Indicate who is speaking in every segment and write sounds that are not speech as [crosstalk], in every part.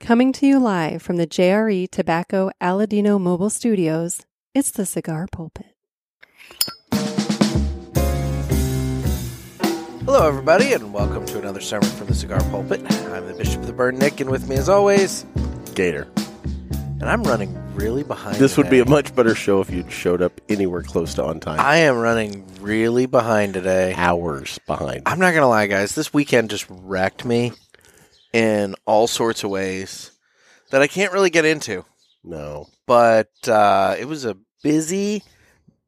Speaker 1: Coming to you live from the JRE Tobacco Aladino Mobile Studios, it's the Cigar Pulpit.
Speaker 2: Hello, everybody, and welcome to another sermon from the Cigar Pulpit. I'm the Bishop of the Burn, Nick, and with me, as always,
Speaker 3: Gator.
Speaker 2: and I'm running really behind.
Speaker 3: This would be
Speaker 2: today.
Speaker 3: a much better show if you'd showed up anywhere close to on time.
Speaker 2: I am running really behind today.
Speaker 3: Hours behind.
Speaker 2: I'm not gonna lie, guys. This weekend just wrecked me in all sorts of ways that I can't really get into.
Speaker 3: No.
Speaker 2: But uh, it was a busy,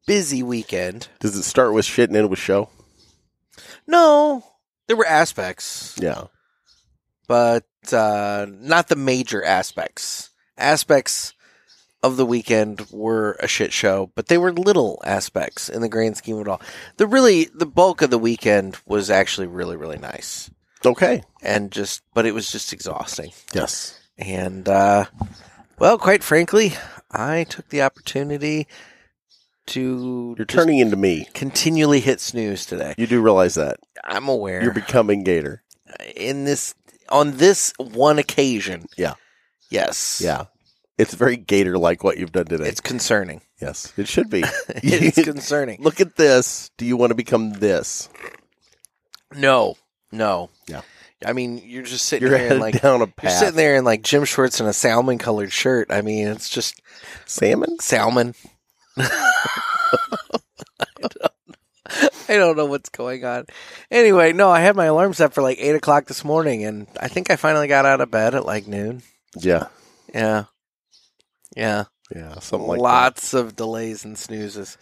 Speaker 2: busy weekend.
Speaker 3: Does it start with shit and end with show?
Speaker 2: No, there were aspects,
Speaker 3: Yeah.
Speaker 2: but uh, not the major aspects. Aspects of the weekend were a shit show, but they were little aspects in the grand scheme of it all. The really the bulk of the weekend was actually really really nice,
Speaker 3: Okay.
Speaker 2: and just but it was just exhausting.
Speaker 3: Yes.
Speaker 2: And uh, well, quite frankly, I took the opportunity to
Speaker 3: You're
Speaker 2: just
Speaker 3: turning into me.
Speaker 2: continually hit snooze today.
Speaker 3: You do realize that.
Speaker 2: I'm aware.
Speaker 3: You're becoming Gator.
Speaker 2: in this on this one occasion.
Speaker 3: Yeah.
Speaker 2: Yes.
Speaker 3: Yeah. It's very Gator like what you've done today.
Speaker 2: It's
Speaker 3: [laughs]
Speaker 2: concerning.
Speaker 3: yes. It should be.
Speaker 2: [laughs]
Speaker 3: [laughs]
Speaker 2: It's concerning.
Speaker 3: Look at this. Do you want to become this?
Speaker 2: No. No.
Speaker 3: Yeah.
Speaker 2: I mean, you're just sitting
Speaker 3: You're
Speaker 2: there in
Speaker 3: headed
Speaker 2: like
Speaker 3: down
Speaker 2: you're
Speaker 3: a path.
Speaker 2: sitting there in like gym shorts and a salmon colored shirt. I mean, it's just
Speaker 3: Salmon?
Speaker 2: salmon. [laughs] I don't know. I don't know what's going on. Anyway, no, I had my alarm set for like eight o'clock this morning, and I think I finally got out of bed at like noon.
Speaker 3: Yeah.
Speaker 2: Yeah, yeah.
Speaker 3: Yeah. Something like that.
Speaker 2: Lots of delays and snoozes.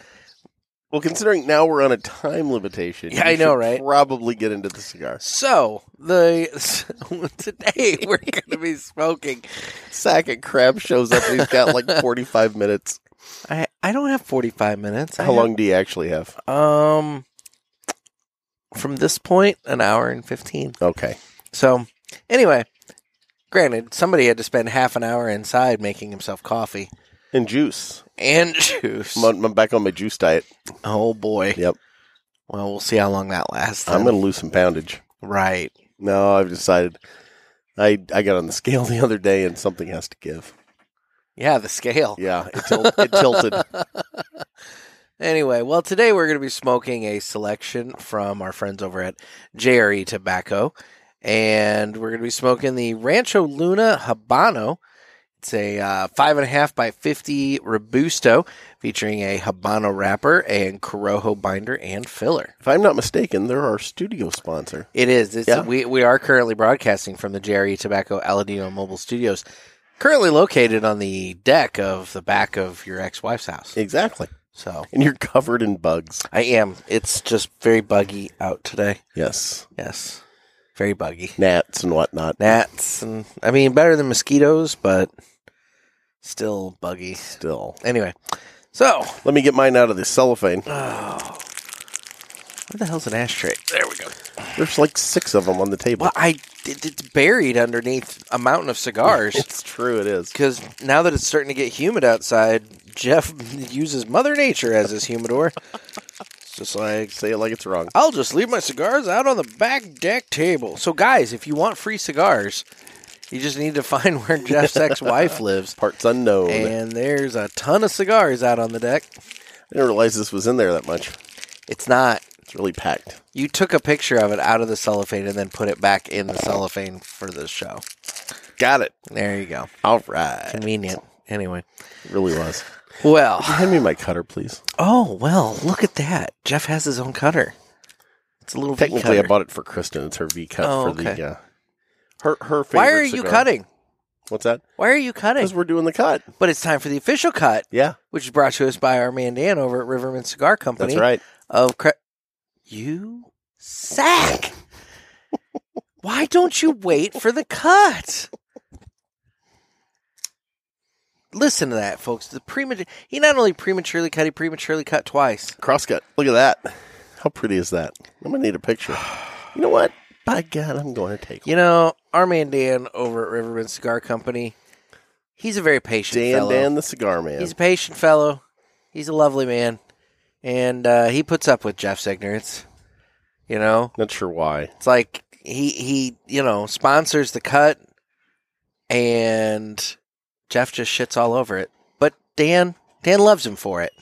Speaker 3: Well, considering now we're on a time limitation,
Speaker 2: Yeah,
Speaker 3: you
Speaker 2: I know,
Speaker 3: should
Speaker 2: right?
Speaker 3: Probably get into the cigar.
Speaker 2: So the [laughs] today we're going to be smoking.
Speaker 3: Sack of crab shows up. and He's got [laughs] like 45 minutes.
Speaker 2: I I don't have forty five minutes. I
Speaker 3: How long do you actually have?
Speaker 2: have, um, from this point, an hour and fifteen.
Speaker 3: Okay.
Speaker 2: So anyway, granted, somebody had to spend half an hour inside making himself coffee
Speaker 3: And juice.
Speaker 2: and [laughs] juice.
Speaker 3: I'm, on- I'm back on my juice diet.
Speaker 2: oh boy.
Speaker 3: Yep.
Speaker 2: Well, we'll see how long that lasts.
Speaker 3: I'm
Speaker 2: then.
Speaker 3: going to lose some poundage.
Speaker 2: right.
Speaker 3: No, I've decided. I, I got on the scale [laughs] the other day and something has to give.
Speaker 2: Yeah, the scale.
Speaker 3: Yeah, it, tilt, it tilted.
Speaker 2: Anyway, well, today we're going to be smoking a selection from our friends over at JRE Tobacco. And we're going to be smoking the Rancho Luna Habano. It's a uh, 5.5 by 50 Robusto featuring a Habano wrapper and Corojo binder and filler.
Speaker 3: If I'm not mistaken, they're our studio sponsor.
Speaker 2: It is. It's,
Speaker 3: Yeah.
Speaker 2: we, we are currently broadcasting from the JRE Tobacco Aladino Mobile Studios, currently located on the deck of the back of your ex wife's house.
Speaker 3: Exactly.
Speaker 2: So
Speaker 3: And you're covered in bugs.
Speaker 2: I am. It's just very buggy out today.
Speaker 3: Yes.
Speaker 2: Yes. Very buggy.
Speaker 3: Gnats and whatnot.
Speaker 2: Gnats and I mean better than mosquitoes, but still buggy.
Speaker 3: Still.
Speaker 2: Anyway. So
Speaker 3: Let me get mine out of this cellophane.
Speaker 2: oh, where the hell's an ashtray? There we go.
Speaker 3: There's like six of them on the table.
Speaker 2: Well, I it, it's buried underneath a mountain of [laughs] cigars.
Speaker 3: It's true, it is.
Speaker 2: Because now that it's starting to get humid outside, Jeff [laughs] uses Mother Nature as his humidor. It's just like
Speaker 3: Say it like it's wrong.
Speaker 2: I'll just leave my cigars out on the back deck table. So, guys, if you want free cigars, you just need to [laughs] find where Jeff's ex
Speaker 3: [laughs]
Speaker 2: wife lives.
Speaker 3: Parts unknown.
Speaker 2: And there's a ton of cigars out on the deck.
Speaker 3: I didn't realize this was in there that much.
Speaker 2: It's not.
Speaker 3: It's really packed.
Speaker 2: You took a picture of it out of the cellophane and then put it back in the cellophane for this show.
Speaker 3: Got it.
Speaker 2: There you go.
Speaker 3: All right.
Speaker 2: Convenient. Anyway.
Speaker 3: It really was.
Speaker 2: Well.
Speaker 3: Hand me my cutter, please.
Speaker 2: Oh, well, look at that. Jeff has his own cutter. It's a little V
Speaker 3: Technically, I
Speaker 2: cutter.
Speaker 3: bought it for Kristen. It's her V cut
Speaker 2: Oh,
Speaker 3: for
Speaker 2: okay.
Speaker 3: the. Uh, her her favorite.
Speaker 2: Why are you
Speaker 3: cigar.
Speaker 2: cutting?
Speaker 3: What's that?
Speaker 2: Why are you cutting?
Speaker 3: Because we're doing the cut.
Speaker 2: But it's time for the official cut.
Speaker 3: Yeah,
Speaker 2: which is brought to us by our man Dan over at Riverman Cigar Company.
Speaker 3: that's right.
Speaker 2: Of cre- you sack. Why don't you wait for the cut? Listen to that, folks. The premature. He not only prematurely cut, he prematurely cut twice.
Speaker 3: Cross cut. Look at that. How pretty is that? I'm gonna need
Speaker 2: [sighs]
Speaker 3: a picture. You know what? By God, I'm going to take.
Speaker 2: You know, our man Dan over at Riverman Cigar Company. He's a very patient
Speaker 3: Dan
Speaker 2: fellow.
Speaker 3: Dan the Cigar Man.
Speaker 2: He's a patient fellow. He's a lovely man, and uh, he puts up with Jeff's ignorance. You know,
Speaker 3: Not sure why.
Speaker 2: It's like he he you know sponsors the cut, and Jeff just shits all over it. But Dan, Dan loves him for it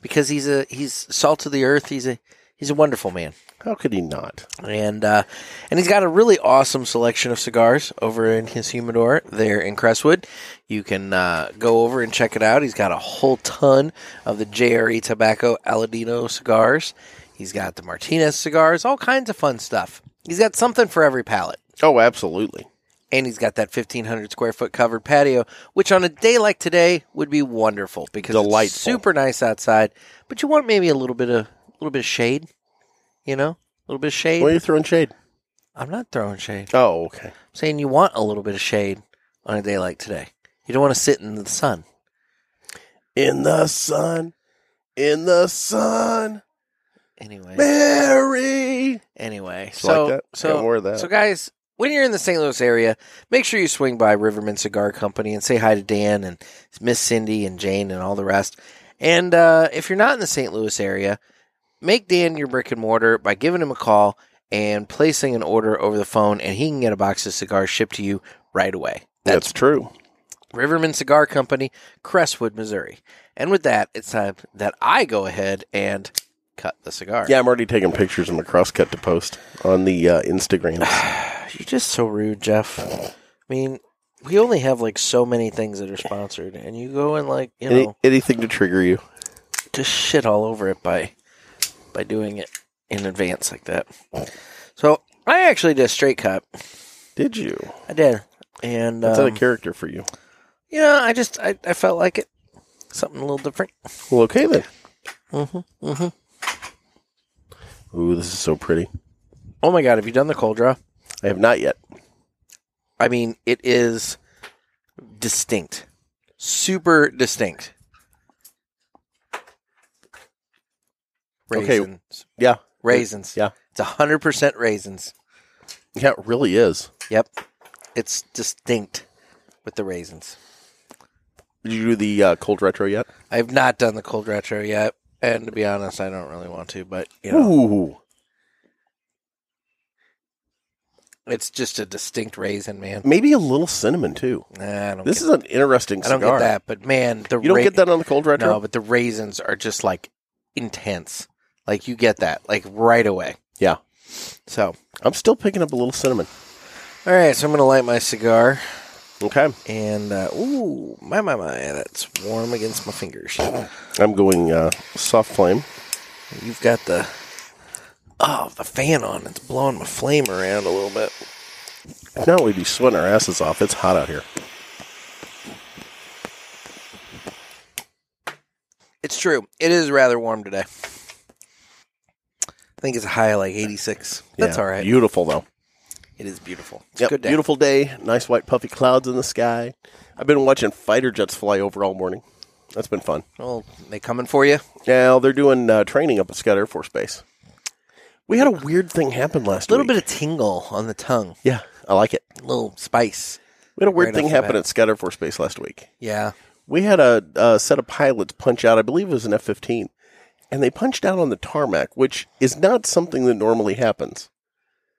Speaker 2: because he's a he's salt of the earth. He's a he's a wonderful man,
Speaker 3: How could he not?
Speaker 2: and uh, and he's got a really awesome selection of cigars over in his humidor there in Crestwood. You can uh, go over and check it out. He's got a whole ton of the JRE Tobacco Aladino cigars. He's got the Martinez cigars, all kinds of fun stuff. He's got something for every palate.
Speaker 3: Oh, absolutely.
Speaker 2: And he's got that 1,500 square foot covered patio, which on a day like today would be wonderful because it's
Speaker 3: Delightful.
Speaker 2: super nice outside. But you want maybe a little bit of a little bit of shade, you know, a little bit of shade.
Speaker 3: Why are you throwing shade?
Speaker 2: I'm not throwing shade.
Speaker 3: Oh, okay.
Speaker 2: I'm saying you want a little bit of shade on a day like today. You don't want to sit in the sun.
Speaker 3: In the sun, in the sun,
Speaker 2: Anyway,
Speaker 3: Mary.
Speaker 2: anyway,
Speaker 3: It's
Speaker 2: so
Speaker 3: like that.
Speaker 2: so
Speaker 3: Got more of that.
Speaker 2: So, guys, when you're in the St. Louis area, make sure you swing by Riverman Cigar Company and say hi to Dan and Miss Cindy and Jane and all the rest. And uh, if you're not in the St. Louis area, make Dan your brick and mortar by giving him a call and placing an order over the phone, and he can get a box of cigars shipped to you right away. That's
Speaker 3: That's true.
Speaker 2: Riverman Cigar Company, Crestwood, Missouri. And with that, it's time that I go ahead and cut the cigar.
Speaker 3: Yeah, I'm already taking pictures of my crosscut to post on the uh, [sighs] Instagram.
Speaker 2: You're just so rude, Jeff. I mean, we only have like so many things that are sponsored, and you go and like you
Speaker 3: Any,
Speaker 2: know
Speaker 3: anything to trigger you?
Speaker 2: just shit all over it by by doing it in advance like that. So I actually did a straight cut.
Speaker 3: Did you?
Speaker 2: I did, and
Speaker 3: That's out
Speaker 2: um,
Speaker 3: of character for you.
Speaker 2: you know, I just I, I felt like it, something a little different.
Speaker 3: Well, okay then.
Speaker 2: Mm-hmm, mm-hmm.
Speaker 3: mm-hmm. Ooh, this is so pretty.
Speaker 2: Oh my god, have you done the cold draw?
Speaker 3: I have not yet.
Speaker 2: I mean, it is distinct, super distinct.
Speaker 3: Okay.
Speaker 2: Raisins.
Speaker 3: Yeah,
Speaker 2: Raisins.
Speaker 3: Yeah.
Speaker 2: It's 100% raisins.
Speaker 3: yeah, it really is.
Speaker 2: Yep. It's distinct with the raisins.
Speaker 3: Did you do the uh, cold retro yet?
Speaker 2: I've not done the cold retro yet. And to be honest, I don't really want to, but you know,
Speaker 3: Ooh,
Speaker 2: it's just a distinct raisin, man.
Speaker 3: maybe a little cinnamon too.
Speaker 2: Nah, I don't
Speaker 3: This
Speaker 2: get,
Speaker 3: is an interesting
Speaker 2: I don't
Speaker 3: cigar.
Speaker 2: get that, but man, the
Speaker 3: You don't
Speaker 2: ra-
Speaker 3: get that on the cold retro.
Speaker 2: No, but the raisins are just like intense. Like you get that like right away.
Speaker 3: Yeah.
Speaker 2: So,
Speaker 3: I'm still picking up a little cinnamon.
Speaker 2: all right, so I'm going to light my cigar
Speaker 3: Okay,
Speaker 2: and uh ooh, my my my, that's warm against my fingers.
Speaker 3: I'm going uh, soft flame.
Speaker 2: You've got the oh the fan on. It's blowing my flame around a little bit.
Speaker 3: Now we'd be sweating our asses off. It's hot out here.
Speaker 2: It's true. It is rather warm today. I think it's a high of like 86. That's
Speaker 3: Yeah,
Speaker 2: all right.
Speaker 3: Beautiful though.
Speaker 2: it is beautiful. It's
Speaker 3: Yep,
Speaker 2: a good day.
Speaker 3: beautiful day. Nice white puffy clouds in the sky. I've been watching fighter jets fly over all morning. That's been fun.
Speaker 2: Well, they coming for you?
Speaker 3: Now they're doing uh, training up at Scott Air Force Base. We had a weird thing happen last
Speaker 2: A little
Speaker 3: week.
Speaker 2: bit of tingle on the tongue.
Speaker 3: Yeah, I like it.
Speaker 2: A little spice.
Speaker 3: We had a weird
Speaker 2: Right off
Speaker 3: thing
Speaker 2: the
Speaker 3: happen
Speaker 2: bat.
Speaker 3: at Scott Air Force Base last week.
Speaker 2: Yeah.
Speaker 3: We had a, a set of pilots punch out. I believe it was an F-15, and they punched out on the tarmac, which is not something that normally happens.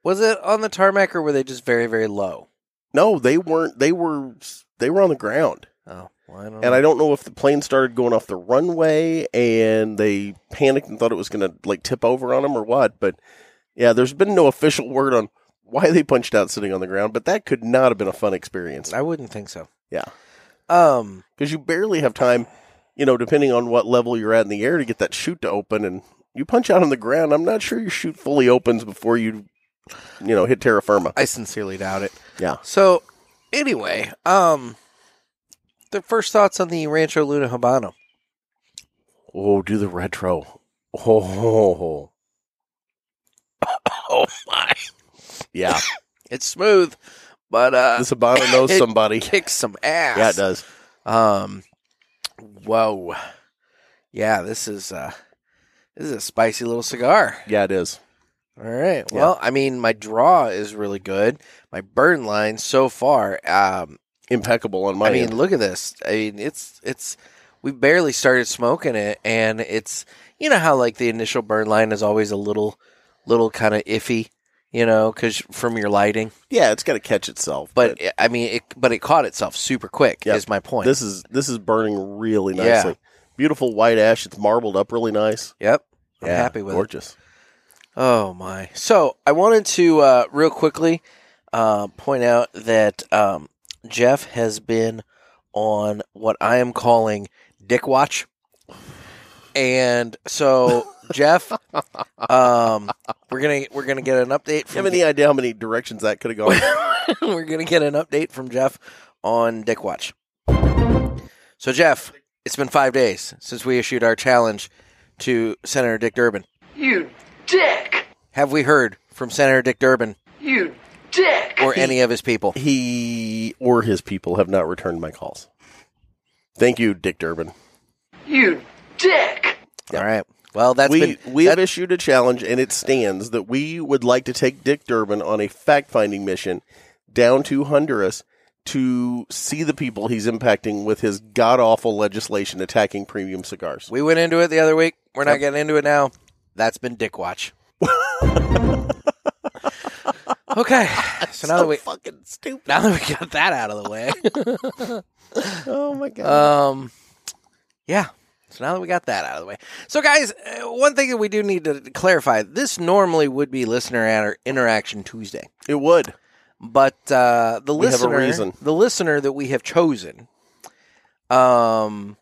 Speaker 2: Was it on the tarmac or were they just very very low?
Speaker 3: No, they weren't. They were they were on the ground.
Speaker 2: Oh, well, I don't know.
Speaker 3: and I don't know if the plane started going off the runway and they panicked and thought it was going to like tip over on them or what. But yeah, there's been no official word on why they punched out sitting on the ground, but that could not have been a fun experience
Speaker 2: I wouldn't think so.
Speaker 3: Yeah.
Speaker 2: Um,
Speaker 3: because you barely have time, you know, depending on what level you're at in the air to get that chute to open. And you punch out on the ground, I'm not sure your chute fully opens before you, you know, hit terra firma.
Speaker 2: I sincerely doubt it.
Speaker 3: Yeah.
Speaker 2: So, anyway, um, the first thoughts on the Rancho Luna Habano.
Speaker 3: Oh, do the retro. Oh, [laughs]
Speaker 2: Oh my!
Speaker 3: [laughs] yeah.
Speaker 2: It's smooth, but uh,
Speaker 3: This Habano knows
Speaker 2: It-
Speaker 3: somebody.
Speaker 2: kicks some ass.
Speaker 3: Yeah, it does.
Speaker 2: Um, whoa, yeah, this is uh, this is a spicy little cigar.
Speaker 3: Yeah, it is.
Speaker 2: All right.
Speaker 3: Yeah.
Speaker 2: Well, I mean, my draw is really good. My burn line so far. Um,
Speaker 3: Impeccable on my
Speaker 2: I mean,
Speaker 3: end.
Speaker 2: look at this. I mean, it's it's we barely started smoking it, and it's you know how like the initial burn line is always a little little kind of iffy. you know, because from your lighting.
Speaker 3: Yeah, it's got to catch itself.
Speaker 2: But I mean, it, but it caught itself super quick.
Speaker 3: Yep.
Speaker 2: Is my point.
Speaker 3: this is this is burning really
Speaker 2: Yeah.
Speaker 3: nicely. Beautiful white ash. It's marbled up really nice.
Speaker 2: yep. I'm happy with it.
Speaker 3: gorgeous.
Speaker 2: Oh my! So I wanted to uh, real quickly uh, point out that um, Jeff has been on what I am calling Dick Watch, and so Jeff, um, we're gonna we're gonna get an update
Speaker 3: You
Speaker 2: from
Speaker 3: have any idea how many directions that could have gone?
Speaker 2: [laughs] we're gonna get an update from Jeff on Dick Watch. So Jeff, it's been five days since we issued our challenge to Senator Dick Durbin.
Speaker 4: You dick!
Speaker 2: Have we heard from Senator Dick Durbin
Speaker 4: You dick!
Speaker 2: or any of his people?
Speaker 3: he or his people have not returned my calls. Thank you, Dick Durbin.
Speaker 4: You dick!
Speaker 2: All right. Well, that's
Speaker 3: we
Speaker 2: been
Speaker 3: we
Speaker 2: that-
Speaker 3: have issued a challenge, and it stands that we would like to take Dick Durbin on a fact finding mission down to Honduras to see the people he's impacting with his god awful legislation attacking premium cigars.
Speaker 2: we went into it the other week. We're not getting into it now. That's been Dick
Speaker 3: [laughs]
Speaker 2: Watch. okay. So now that we
Speaker 3: fucking stupid.
Speaker 2: now that we got that out of the way,
Speaker 3: [laughs] Oh my god.
Speaker 2: um, yeah. So now that we got that out of the way, so guys, uh, one thing that we do need to clarify: this normally would be listener inter- interaction Tuesday,
Speaker 3: it would.
Speaker 2: but uh, the
Speaker 3: We have a
Speaker 2: listener,
Speaker 3: reason.
Speaker 2: the listener that we have chosen, um,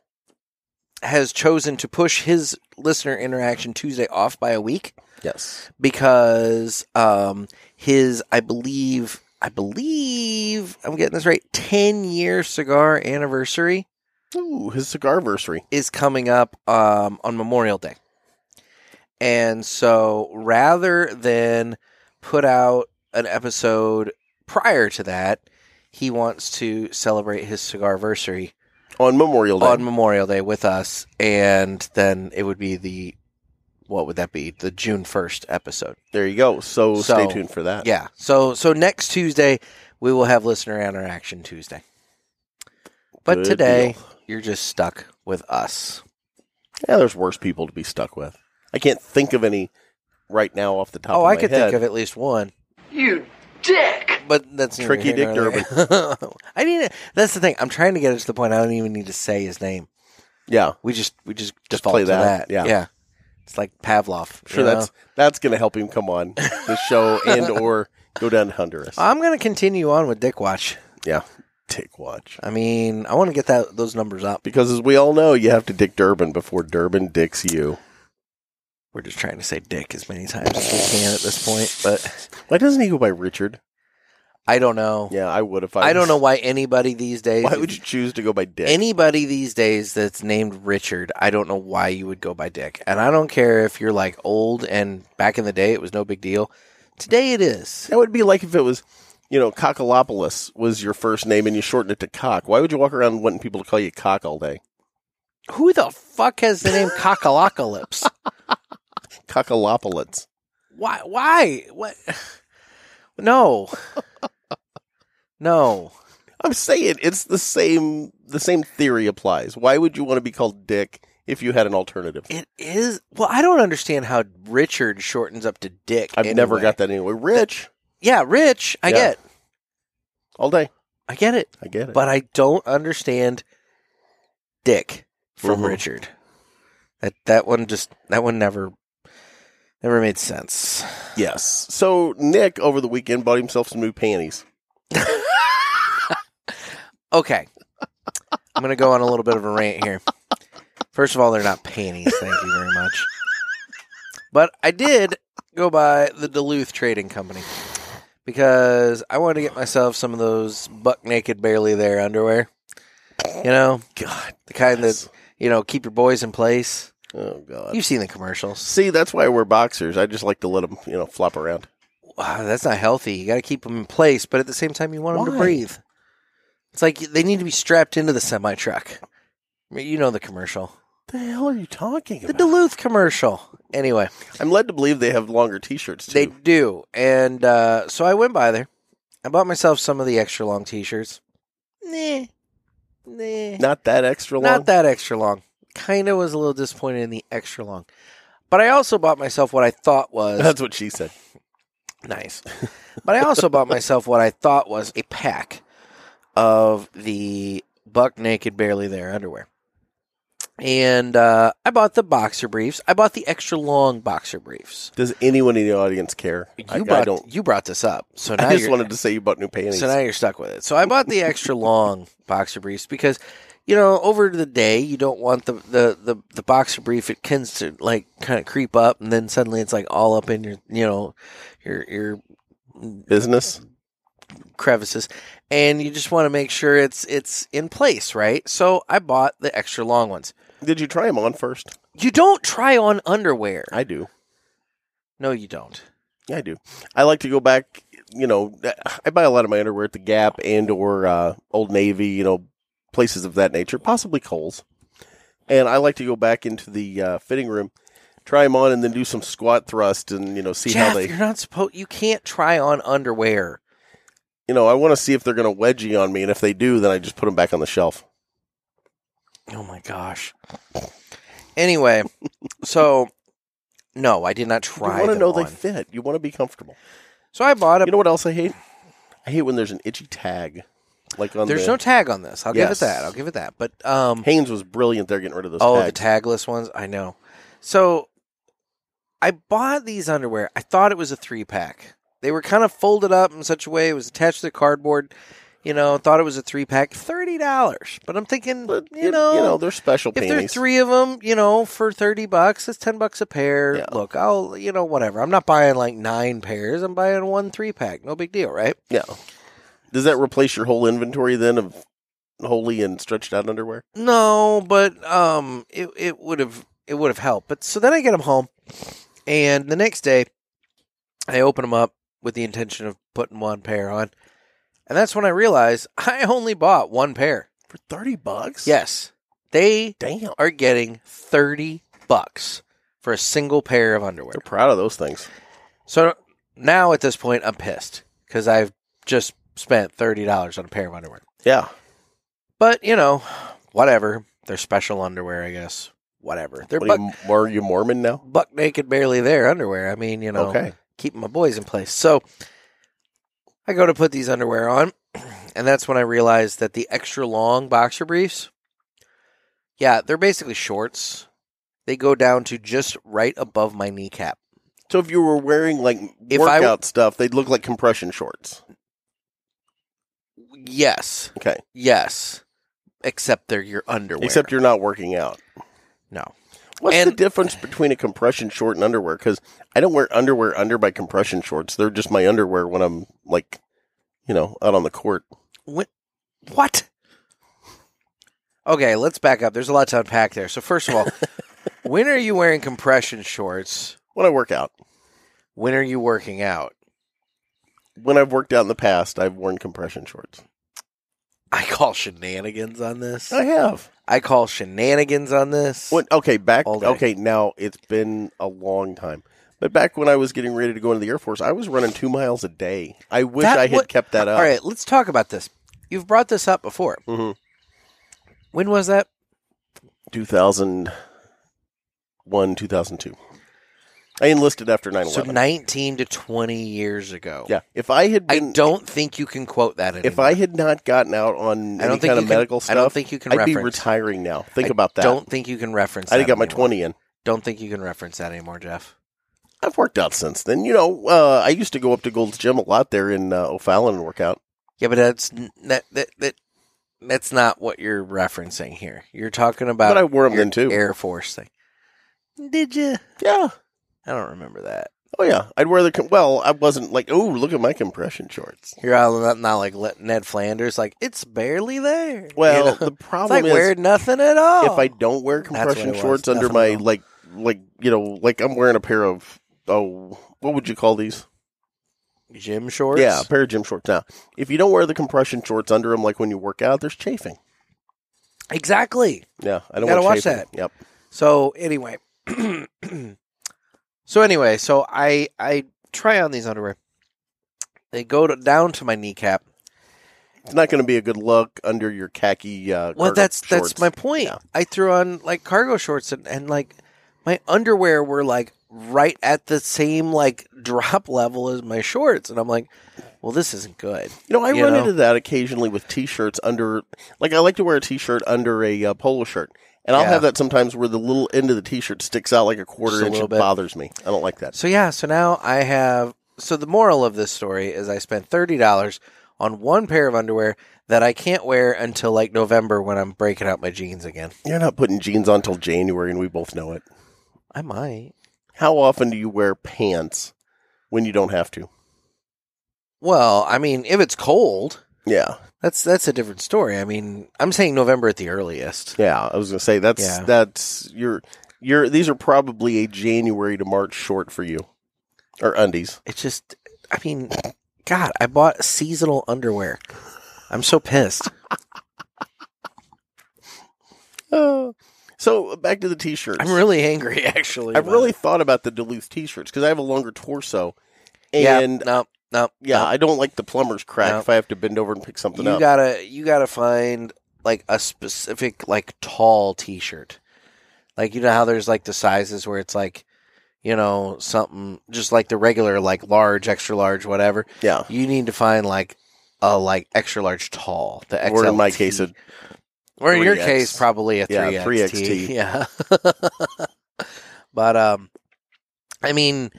Speaker 2: has chosen to push his listener interaction Tuesday off by a week
Speaker 3: Yes.
Speaker 2: because um, his, I believe, I believe I'm getting this right, ten year cigar anniversary
Speaker 3: Ooh, his cigar versary.
Speaker 2: is coming up um, on Memorial Day. And so rather than put out an episode prior to that, he wants to celebrate his cigar anniversary
Speaker 3: On Memorial Day.
Speaker 2: on Memorial Day with us. And then it would be the, what would that be? The June 1st episode.
Speaker 3: there you go. So,
Speaker 2: So,
Speaker 3: stay tuned for that.
Speaker 2: Yeah. So, so next Tuesday, we will have listener interaction Tuesday. But
Speaker 3: Good
Speaker 2: today,
Speaker 3: deal.
Speaker 2: you're just stuck with us.
Speaker 3: Yeah, there's worse people to be stuck with. I can't think of any right now off the top
Speaker 2: Oh,
Speaker 3: of my
Speaker 2: I could
Speaker 3: head.
Speaker 2: think of at least one.
Speaker 4: You dick!
Speaker 2: But that's neither
Speaker 3: Tricky
Speaker 2: here nor
Speaker 3: Dick
Speaker 2: there. [laughs] I need. To, that's the thing. I'm trying to get it to the point. I don't even need to say his name.
Speaker 3: Yeah.
Speaker 2: We just we just, default
Speaker 3: play
Speaker 2: to
Speaker 3: that.
Speaker 2: that.
Speaker 3: Yeah.
Speaker 2: yeah. It's like Pavlov.
Speaker 3: Sure,
Speaker 2: you know?
Speaker 3: that's that's going to help him come on the show
Speaker 2: [laughs]
Speaker 3: and or go down to Honduras.
Speaker 2: I'm gonna continue on with Dick Watch.
Speaker 3: yeah, Dick Watch.
Speaker 2: I mean, I want to get that those numbers up.
Speaker 3: Because as we all know, you have to Dick Durbin before Durbin dicks you.
Speaker 2: We're just trying to say Dick as many times as we can at this point, but
Speaker 3: Why doesn't he go by Richard?
Speaker 2: I don't know.
Speaker 3: Yeah, I would if I.
Speaker 2: I don't
Speaker 3: was-
Speaker 2: know why anybody these days.
Speaker 3: Why would you choose to go by Dick?
Speaker 2: Anybody these days that's named Richard, I don't know why you would go by Dick. And I don't care if you're like old and back in the day it was no big deal. Today it is.
Speaker 3: that would be like if it was, you know, Cockalopoulos was your first name and you shortened it to Cock. Why would you walk around wanting people to call you Cock all day?
Speaker 2: Who the fuck has the name
Speaker 3: [laughs]
Speaker 2: Cockalocalypse?
Speaker 3: Cockalopoulos.
Speaker 2: Why? Why? What? No. No.
Speaker 3: I'm saying it's the same. The same theory applies. Why would you want to be called Dick if you had an alternative?
Speaker 2: It is. Well, I don't understand how Richard shortens up to Dick.
Speaker 3: I've never
Speaker 2: anyway.
Speaker 3: got that anyway. Rich
Speaker 2: Yeah, Rich. I
Speaker 3: Yeah.
Speaker 2: get.
Speaker 3: all day.
Speaker 2: I get it.
Speaker 3: I get it.
Speaker 2: But I don't understand Dick from
Speaker 3: Mhm.
Speaker 2: Richard. That that one just that one never never made sense.
Speaker 3: yes. So Nick over the weekend bought himself some new panties.
Speaker 2: Okay. I'm going to go on a little bit of a rant here. First of all, they're not panties. Thank you very much. But I did go by the Duluth Trading Company because I wanted to get myself some of those buck naked, barely there underwear. You know,
Speaker 3: God.
Speaker 2: the kind that, you know, keep your boys in place.
Speaker 3: Oh God.
Speaker 2: You've seen the commercials.
Speaker 3: See, that's why we're boxers. I just like to let them, you know, flop around.
Speaker 2: Wow, that's not healthy. You got to keep them in place, but at the same time, you want them
Speaker 3: Why?
Speaker 2: to breathe. It's like they need to be strapped into the semi truck. You know the commercial.
Speaker 3: The hell are you talking
Speaker 2: The Duluth commercial. Anyway,
Speaker 3: I'm led to believe they have longer T-shirts too.
Speaker 2: they do. And uh, so I went by there. I bought myself some of the extra long t shirts. Nah. Nah.
Speaker 3: Not that extra long. [laughs]
Speaker 2: Not that extra long. Kind of was a little
Speaker 3: [laughs]
Speaker 2: disappointed in the extra long. But I also bought myself what I thought was
Speaker 3: That's what she said.
Speaker 2: Nice. But I also bought myself what I thought was a pack of the buck naked, barely there underwear. And uh, I bought the boxer briefs. I bought the extra long boxer briefs.
Speaker 3: Does anyone in the audience care?
Speaker 2: You
Speaker 3: I,
Speaker 2: brought
Speaker 3: I don't.
Speaker 2: you brought this up, so now
Speaker 3: I just
Speaker 2: you're,
Speaker 3: wanted to say you bought new panties.
Speaker 2: so now you're stuck with it. So I bought the
Speaker 3: [laughs]
Speaker 2: extra long boxer briefs because, you know, over the day you don't want the the the, the boxer brief. It tends to like kind of creep up, and then suddenly it's like all up in your you know your your
Speaker 3: Business.
Speaker 2: crevices, and you just want to make sure it's it's in place, right? So I bought the extra long ones.
Speaker 3: Did you try them on first?
Speaker 2: You don't try on underwear.
Speaker 3: I do.
Speaker 2: no, you don't.
Speaker 3: Yeah, I do. I like to go back. You know, I buy a lot of my underwear at the Gap and or uh, Old Navy. You know, places of that nature, possibly Kohl's. And I like to go back into the uh, fitting room, try them on, and then do some squat thrust, and you know, see
Speaker 2: Jeff,
Speaker 3: how they.
Speaker 2: you're not supposed. You can't try on underwear.
Speaker 3: You know, I want to see if they're going to wedgie on me, and if they do, then I just put them back on the shelf.
Speaker 2: Oh my gosh. Anyway, so no, I did not try.
Speaker 3: you want to
Speaker 2: them
Speaker 3: know they
Speaker 2: on.
Speaker 3: fit. You want to be comfortable.
Speaker 2: So I bought a.
Speaker 3: You know what else I hate? I hate when there's an itchy tag, like on
Speaker 2: there's
Speaker 3: the,
Speaker 2: no tag on this. I'll give it
Speaker 3: Yes.
Speaker 2: that. I'll give it that. But um,
Speaker 3: Haynes was brilliant there getting rid of those.
Speaker 2: oh,
Speaker 3: tags.
Speaker 2: the tagless ones. I know. So I bought these underwear. I thought it was a three pack. They were kind of folded up in such a way it was attached to the cardboard. You know, thought it was a three pack, thirty dollars. But I'm thinking,
Speaker 3: But
Speaker 2: you know,
Speaker 3: you know, they're special
Speaker 2: if
Speaker 3: panties.
Speaker 2: there's three of them, you know, for thirty bucks, it's ten bucks a pair.
Speaker 3: Yeah.
Speaker 2: Look, I'll, you know, whatever. I'm not buying like nine pairs. I'm buying one three pack. No big deal, right?
Speaker 3: Yeah. Does that replace your whole inventory then of holy and stretched out underwear?
Speaker 2: No, but um, it it would have it would have helped. But so then I get them home, and the next day, I open them up with the intention of putting one pair on, and that's when I realize [laughs] I only bought one pair.
Speaker 3: For 30 bucks?
Speaker 2: Yes, they
Speaker 3: Damn.
Speaker 2: are getting thirty bucks for a single pair of underwear.
Speaker 3: They're proud of those things.
Speaker 2: So now at this point, I'm pissed because I've just spent thirty dollars on a pair of underwear.
Speaker 3: Yeah.
Speaker 2: But you know, whatever. They're special underwear, I guess. Whatever. They're
Speaker 3: What
Speaker 2: buck,
Speaker 3: are, you, are you Mormon now?
Speaker 2: buck naked, barely there underwear. I mean, you know,
Speaker 3: Okay.
Speaker 2: keeping my boys in place. So I go to put these underwear on, [clears throat] and that's when I realized that the extra long boxer briefs, yeah, they're basically shorts. They go down to just right above my kneecap.
Speaker 3: So if you were wearing like
Speaker 2: If I-
Speaker 3: workout stuff, they'd look like compression shorts.
Speaker 2: Yes.
Speaker 3: Okay.
Speaker 2: Yes. Except they're your underwear.
Speaker 3: Except you're not working out.
Speaker 2: no.
Speaker 3: What's the
Speaker 2: And-
Speaker 3: difference between a compression short and underwear? Because I don't wear underwear under my compression shorts. They're just my underwear when I'm like, you know, out on the court.
Speaker 2: What? What? Okay, let's back up. There's a lot to unpack there. So first of
Speaker 3: [laughs]
Speaker 2: all, when are you wearing compression shorts?
Speaker 3: When I work out.
Speaker 2: When are you working out?
Speaker 3: When I've worked out in the past, I've worn compression shorts.
Speaker 2: I call shenanigans on this.
Speaker 3: I have.
Speaker 2: I call shenanigans on this.
Speaker 3: When, okay, back.
Speaker 2: All day.
Speaker 3: Okay, now it's been a long time. But back when I was getting ready to go into the Air Force, I was running two miles a day. I wish
Speaker 2: That
Speaker 3: I had
Speaker 2: what-
Speaker 3: kept that up.
Speaker 2: All right, let's talk about this. You've brought this up before.
Speaker 3: Mhm.
Speaker 2: When was that?
Speaker 3: 2001, 2002. I enlisted after 9
Speaker 2: So
Speaker 3: 11.
Speaker 2: 19 to 20 years ago.
Speaker 3: yeah. If I had
Speaker 2: I
Speaker 3: been.
Speaker 2: don't think you can quote that anymore.
Speaker 3: If I had not gotten out on
Speaker 2: I don't
Speaker 3: any
Speaker 2: think
Speaker 3: kind of
Speaker 2: you can-
Speaker 3: medical
Speaker 2: I
Speaker 3: stuff,
Speaker 2: don't think you can
Speaker 3: I'd be
Speaker 2: reference.
Speaker 3: retiring now. Think
Speaker 2: I
Speaker 3: about that.
Speaker 2: Don't think you can reference.
Speaker 3: I didn't
Speaker 2: that
Speaker 3: got my
Speaker 2: anymore.
Speaker 3: twenty in.
Speaker 2: Don't think you can reference that anymore, Jeff.
Speaker 3: I've worked out since then. You know, uh, I used to go up to Gold's Gym a lot there in uh, O'Fallon and work out.
Speaker 2: Yeah, but that's n- that that that that's not what you're referencing here. You're talking about
Speaker 3: but I wore them
Speaker 2: your
Speaker 3: then too.
Speaker 2: Air Force thing. Did you?
Speaker 3: yeah.
Speaker 2: I don't remember that.
Speaker 3: Oh yeah. I'd wear the com- well. I wasn't like, oh, look at my compression shorts.
Speaker 2: You're all not, not like let Ned Flanders. Like it's barely there. you [laughs]
Speaker 3: Well,
Speaker 2: know?
Speaker 3: the
Speaker 2: it's
Speaker 3: problem
Speaker 2: like
Speaker 3: is
Speaker 2: wearing nothing at all.
Speaker 3: if I don't wear
Speaker 2: what it
Speaker 3: compression
Speaker 2: was.
Speaker 3: shorts under
Speaker 2: Nothing
Speaker 3: my
Speaker 2: at all.
Speaker 3: like like you know like I'm wearing a pair of oh what would you call these?
Speaker 2: gym shorts.
Speaker 3: Yeah, a pair of gym shorts. Now, if you don't wear the compression shorts under them, like when you work out, there's chafing.
Speaker 2: exactly.
Speaker 3: Yeah, I don't
Speaker 2: Gotta
Speaker 3: want
Speaker 2: watch
Speaker 3: chafing.
Speaker 2: that.
Speaker 3: Yep.
Speaker 2: So anyway, [clears throat] so anyway, so I I try on these underwear. They go to, down to my kneecap.
Speaker 3: It's not going to be a good look under your khaki. Uh,
Speaker 2: Well,
Speaker 3: cargo
Speaker 2: that's
Speaker 3: shorts.
Speaker 2: that's my point.
Speaker 3: Yeah.
Speaker 2: I threw on like cargo shorts and, and like my underwear were like right at the same like [laughs] drop level as my shorts, and I'm like, well, this isn't good.
Speaker 3: You know, I
Speaker 2: You
Speaker 3: run
Speaker 2: know?
Speaker 3: into that occasionally with t-shirts under, like I like to wear a t-shirt under a uh, polo shirt, and I'll
Speaker 2: Yeah.
Speaker 3: have that sometimes where the little end of the t-shirt sticks out like a quarter
Speaker 2: Just a
Speaker 3: inch.
Speaker 2: little
Speaker 3: It
Speaker 2: bit.
Speaker 3: bothers me. I don't like that.
Speaker 2: So yeah, so now I have. So the moral of this story is I spent thirty dollars on one pair of underwear that I can't wear until like November when I'm breaking out my jeans again.
Speaker 3: You're not putting jeans on till January, and we both know it.
Speaker 2: I might.
Speaker 3: How often do you wear pants when you don't have to?
Speaker 2: Well, I mean, if it's cold,
Speaker 3: Yeah,
Speaker 2: that's that's a different story. I mean, I'm saying November at the earliest.
Speaker 3: yeah. I was gonna say that's
Speaker 2: Yeah.
Speaker 3: that's your your these are probably a January to March short for you, or undies.
Speaker 2: It's just, I mean, God, I bought seasonal underwear. I'm so pissed.
Speaker 3: Oh. So back to the t-shirts.
Speaker 2: Uh, I'm really angry, [laughs] actually.
Speaker 3: I've
Speaker 2: about
Speaker 3: really
Speaker 2: it.
Speaker 3: thought about the Duluth t-shirts because I have a longer torso,
Speaker 2: yeah,
Speaker 3: and yeah,
Speaker 2: no, no, no.
Speaker 3: I don't like the plumber's crack
Speaker 2: No.
Speaker 3: if I have to bend over and pick something
Speaker 2: you
Speaker 3: up.
Speaker 2: gotta you gotta find like a specific like tall t-shirt like you know how there's like the sizes where it's like you know something just like the regular like large extra large whatever
Speaker 3: yeah,
Speaker 2: you need to find like a like extra large tall the XLT.
Speaker 3: or in my case, a,
Speaker 2: or in your
Speaker 3: 3X.
Speaker 2: case probably a 3
Speaker 3: Yeah,
Speaker 2: yeah,
Speaker 3: 3XT.
Speaker 2: [laughs] yeah but um i mean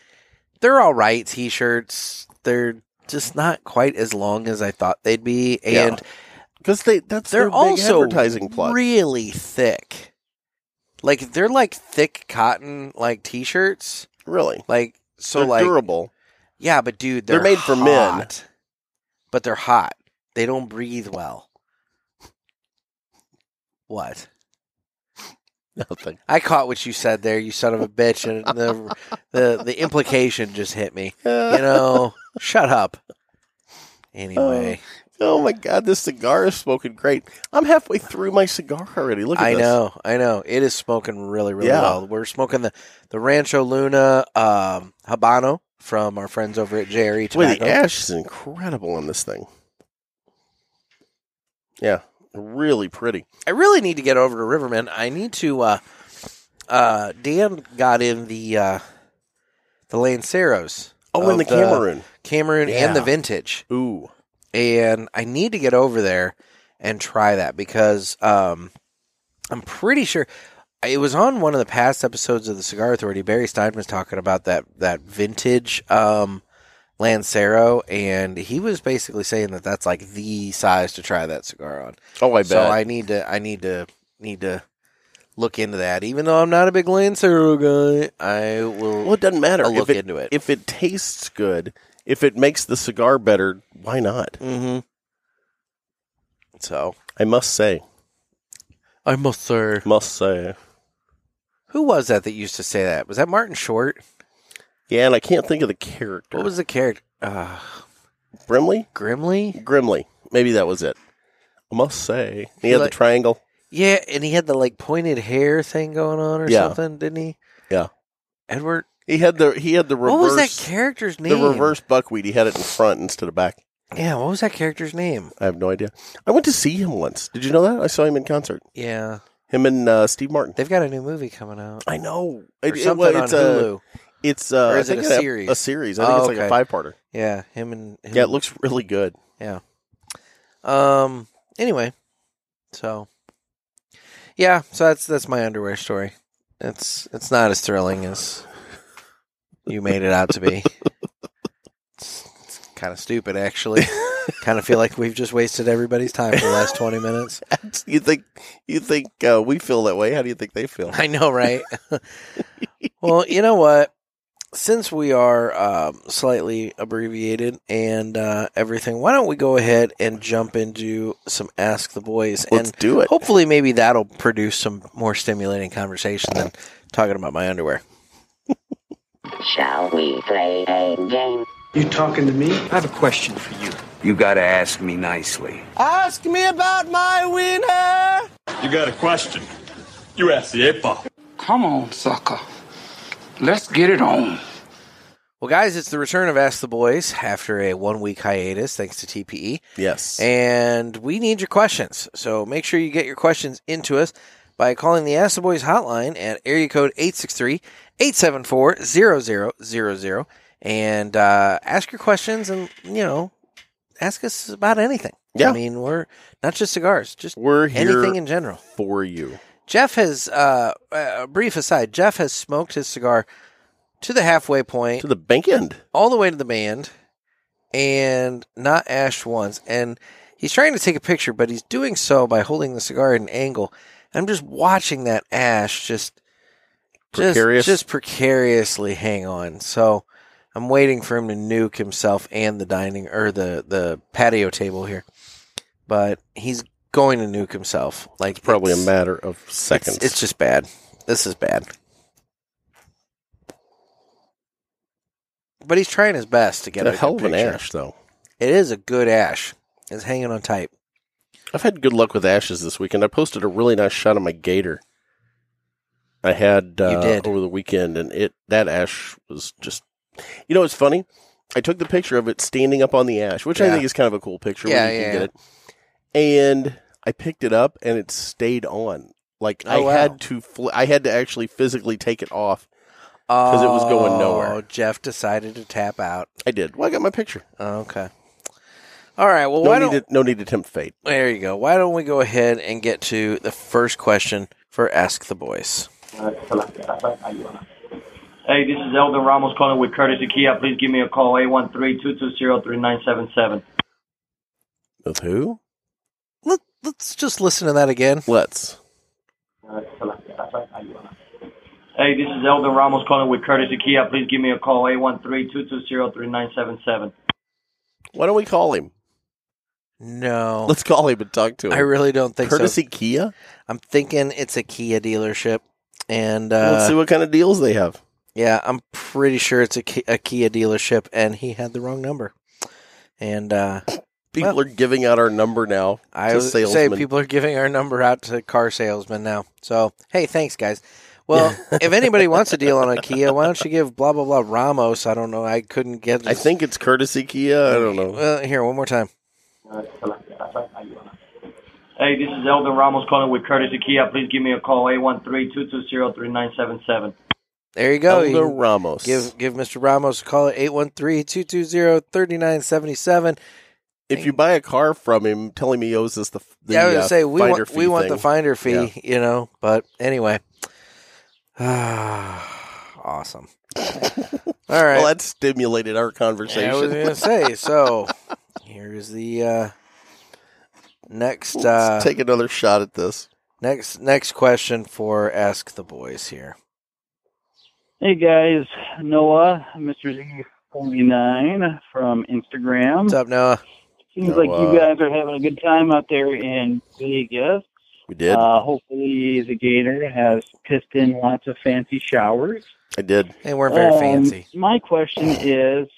Speaker 2: they're all right t-shirts they're just not quite as long as i thought they'd be
Speaker 3: Yeah.
Speaker 2: and
Speaker 3: because they that's
Speaker 2: they're
Speaker 3: their big
Speaker 2: also
Speaker 3: advertising plot.
Speaker 2: really thick. Like they're like thick cotton like t-shirts.
Speaker 3: really,
Speaker 2: Like so
Speaker 3: they're
Speaker 2: like
Speaker 3: durable.
Speaker 2: [laughs] yeah, but dude,
Speaker 3: They're
Speaker 2: they're,
Speaker 3: made for men.
Speaker 2: hot. But they're hot. They don't breathe well. What?
Speaker 3: [laughs] Nothing.
Speaker 2: I caught what you said there, you son of a bitch, and the the the implication just hit me. You
Speaker 3: [laughs]
Speaker 2: know, shut up. Anyway,
Speaker 3: oh my god, this cigar is smoking great. I'm halfway through my cigar already. Look at
Speaker 2: I
Speaker 3: this.
Speaker 2: know, I know. It is smoking really, really
Speaker 3: Yeah.
Speaker 2: well. We're smoking the, the Rancho Luna um, Habano from our friends over at Jerry
Speaker 3: Wait,
Speaker 2: Tobacco.
Speaker 3: the ash is incredible on this thing. Yeah, really pretty.
Speaker 2: I really need to get over to Riverman. I need to. Uh, uh, Dan got in the uh, the Lanceros.
Speaker 3: Oh, and the
Speaker 2: of
Speaker 3: Cameroon.
Speaker 2: Cameroon, and the
Speaker 3: Yeah.
Speaker 2: Vintage,
Speaker 3: Ooh,
Speaker 2: and I need to get over there and try that because um, I'm pretty sure. It was on one of the past episodes of the Cigar Authority. Barry Stein was talking about that that vintage um, Lancero, and he was basically saying that that's like the size to try that cigar on.
Speaker 3: oh, I bet.
Speaker 2: so I need to I need to need to look into that. Even though I'm not a big Lancero guy, I will
Speaker 3: Well, it doesn't matter
Speaker 2: I'll
Speaker 3: if
Speaker 2: look
Speaker 3: it,
Speaker 2: into it.
Speaker 3: if it tastes good. If it makes the cigar better, why not?
Speaker 2: mm-hmm. So
Speaker 3: I must say,
Speaker 2: I must sir.
Speaker 3: must say.
Speaker 2: Who was that that used to say that? Was that Martin Short?
Speaker 3: Yeah, and I can't think of the character.
Speaker 2: What was the character? Uh,
Speaker 3: Brimley?
Speaker 2: Grimley.
Speaker 3: Grimley. Maybe that was it. I must say. He
Speaker 2: He
Speaker 3: had
Speaker 2: like-
Speaker 3: the triangle.
Speaker 2: Yeah, and he had the like pointed hair thing going on or
Speaker 3: Yeah.
Speaker 2: something, didn't he?
Speaker 3: Yeah.
Speaker 2: Edward.
Speaker 3: He had the he had the reverse
Speaker 2: What was that character's name?
Speaker 3: the reverse buckwheat. He had it in front instead of back.
Speaker 2: Yeah, what was that character's name?
Speaker 3: I have no idea. I went to see him once. Did you know that? I saw him in concert.
Speaker 2: Yeah,
Speaker 3: Him and uh, Steve Martin.
Speaker 2: they've got a new movie coming out.
Speaker 3: I know.
Speaker 2: Or something
Speaker 3: well, it's
Speaker 2: on
Speaker 3: a,
Speaker 2: Hulu.
Speaker 3: It's uh,
Speaker 2: Or
Speaker 3: I
Speaker 2: is it
Speaker 3: think
Speaker 2: a series?
Speaker 3: A series. I think
Speaker 2: Oh,
Speaker 3: it's like a
Speaker 2: okay.
Speaker 3: five-parter.
Speaker 2: Yeah, him and him.
Speaker 3: Yeah, it looks really good.
Speaker 2: um. Anyway, so yeah, so that's that's my underwear story. It's it's not as thrilling as you made it out to be. It's, it's kind of stupid, actually. kind of feel like we've just wasted everybody's time for the last twenty minutes.
Speaker 3: [laughs] you think you think uh, we feel that way? How do you think they feel?
Speaker 2: [laughs] I know, right? well, you know what? Since we are um, slightly abbreviated and uh, everything, why don't we go ahead and jump into some Ask the Boys?
Speaker 3: Let's
Speaker 2: and
Speaker 3: do it.
Speaker 2: hopefully, maybe that'll produce some more stimulating conversation than talking about my underwear.
Speaker 5: Shall we play a game?
Speaker 6: You talking to me? I have a question for you.
Speaker 7: You gotta ask me nicely.
Speaker 2: Ask me about my winner.
Speaker 8: You got a question. You ask the eight ball.
Speaker 9: Come on, sucker. Let's get it on.
Speaker 2: Well, guys, it's the return of Ask the Boys after a one week hiatus, thanks to E. TPE.
Speaker 3: Yes.
Speaker 2: And we need your questions. So make sure you get your questions into us. by calling the Ask the Boys hotline at area code 863-874-0000 and uh, ask your questions and, you know, ask us about anything.
Speaker 3: Yeah.
Speaker 2: I mean, we're not just cigars, just
Speaker 3: We're here
Speaker 2: anything in general.
Speaker 3: for you.
Speaker 2: Jeff has, uh, a brief aside, Jeff has smoked his cigar to the halfway point
Speaker 3: To the bank end.
Speaker 2: all the way to the band and not ashed once. And he's trying to take a picture, but he's doing so by holding the cigar at an angle. I'm just watching that ash just just,
Speaker 3: Precarious.
Speaker 2: just precariously hang on. So I'm waiting for him to nuke himself and the dining or the, the patio table here. But he's going to nuke himself. Like
Speaker 3: Probably
Speaker 2: it's-
Speaker 3: a matter of seconds.
Speaker 2: It's, it's just bad. This is bad. But he's trying his best to get
Speaker 3: Got a
Speaker 2: good
Speaker 3: hell of an
Speaker 2: picture.
Speaker 3: ash, though.
Speaker 2: It is a good ash. It's hanging on tight.
Speaker 3: I've had good luck with ashes this weekend. I posted a really nice shot of my gator. I had uh,
Speaker 2: did.
Speaker 3: over the weekend, and it that ash was just. You know, it's funny. I took the picture of it standing up on the ash, which I
Speaker 2: Yeah.
Speaker 3: think is kind of a cool picture.
Speaker 2: Yeah,
Speaker 3: when you
Speaker 2: yeah,
Speaker 3: can get it. And I picked it up, and it stayed on. Like I
Speaker 2: Oh, wow.
Speaker 3: had to, fl- I had to actually physically take it off. 'Cause it was going nowhere.
Speaker 2: Oh, Jeff decided to tap out.
Speaker 3: I did. Well, I got my picture.
Speaker 2: Okay. All right. Well, why
Speaker 3: No
Speaker 2: don't
Speaker 3: need, to, no need to tempt fate.
Speaker 2: there you go? Why don't we go ahead and get to the first question for Ask the Boys?
Speaker 10: Hey, this is Eldon Ramos calling with Curtis IKEA. Please give me a call, 813-220-3977.
Speaker 3: With who?
Speaker 2: Let, let's just listen to that again.
Speaker 3: Let's.
Speaker 10: Hey, this is Eldon Ramos calling with Curtis IKEA. Please give me a call, 813-220-3977.
Speaker 3: Why don't we call him?
Speaker 2: No,
Speaker 3: Let's call him and talk to him.
Speaker 2: I really don't think so.
Speaker 3: Courtesy Kia.
Speaker 2: I'm thinking it's a Kia dealership, and
Speaker 3: Let's see
Speaker 2: uh,
Speaker 3: what kind of deals they have.
Speaker 2: yeah, I'm pretty sure it's a, Ki- a Kia dealership, and he had the wrong number. And uh,
Speaker 3: People
Speaker 2: Well-
Speaker 3: are giving out our number now
Speaker 2: I
Speaker 3: to
Speaker 2: would say
Speaker 3: salesmen.
Speaker 2: people are giving our number out to car salesmen now. So hey, thanks guys. Well, if anybody wants a deal
Speaker 3: [laughs]
Speaker 2: on a Kia, why don't you give blah blah blah Ramos? I don't know. I couldn't get.
Speaker 3: I think it's courtesy Kia. I don't know.
Speaker 2: Well, here one more time.
Speaker 10: Hey, this is Eldon Ramos calling with Curtis IKEA. Please give me a call, 813-220-3977.
Speaker 2: There you go. You
Speaker 3: Elder
Speaker 2: can
Speaker 3: Ramos.
Speaker 2: give give Mr. Ramos a call at 813-220-3977.
Speaker 3: if you buy a car from him, telling me he owes us the, f- the
Speaker 2: yeah, I would
Speaker 3: uh,
Speaker 2: say we
Speaker 3: finder
Speaker 2: want
Speaker 3: fee
Speaker 2: we want the
Speaker 3: thing.
Speaker 2: finder fee,
Speaker 3: Yeah.
Speaker 2: you know. But anyway, [sighs]
Speaker 3: [laughs]
Speaker 2: awesome. All right.
Speaker 3: Well, that stimulated our conversation.
Speaker 2: Yeah, I was gonna say.
Speaker 3: [laughs]
Speaker 2: So here's the uh, next uh,
Speaker 3: Let's take another shot at this.
Speaker 2: next next question for Ask the Boys here.
Speaker 10: Hey, guys. Noah, Mr. Z49 from
Speaker 3: Hmm.
Speaker 10: Instagram.
Speaker 2: What's up, Noah?
Speaker 10: Seems
Speaker 3: like you Noah.
Speaker 10: guys are having a good time out there in Vegas.
Speaker 3: We did.
Speaker 10: Uh, hopefully, the gator has pissed in lots of fancy showers.
Speaker 3: I did.
Speaker 2: They weren't very
Speaker 10: Um,
Speaker 2: fancy.
Speaker 10: My question is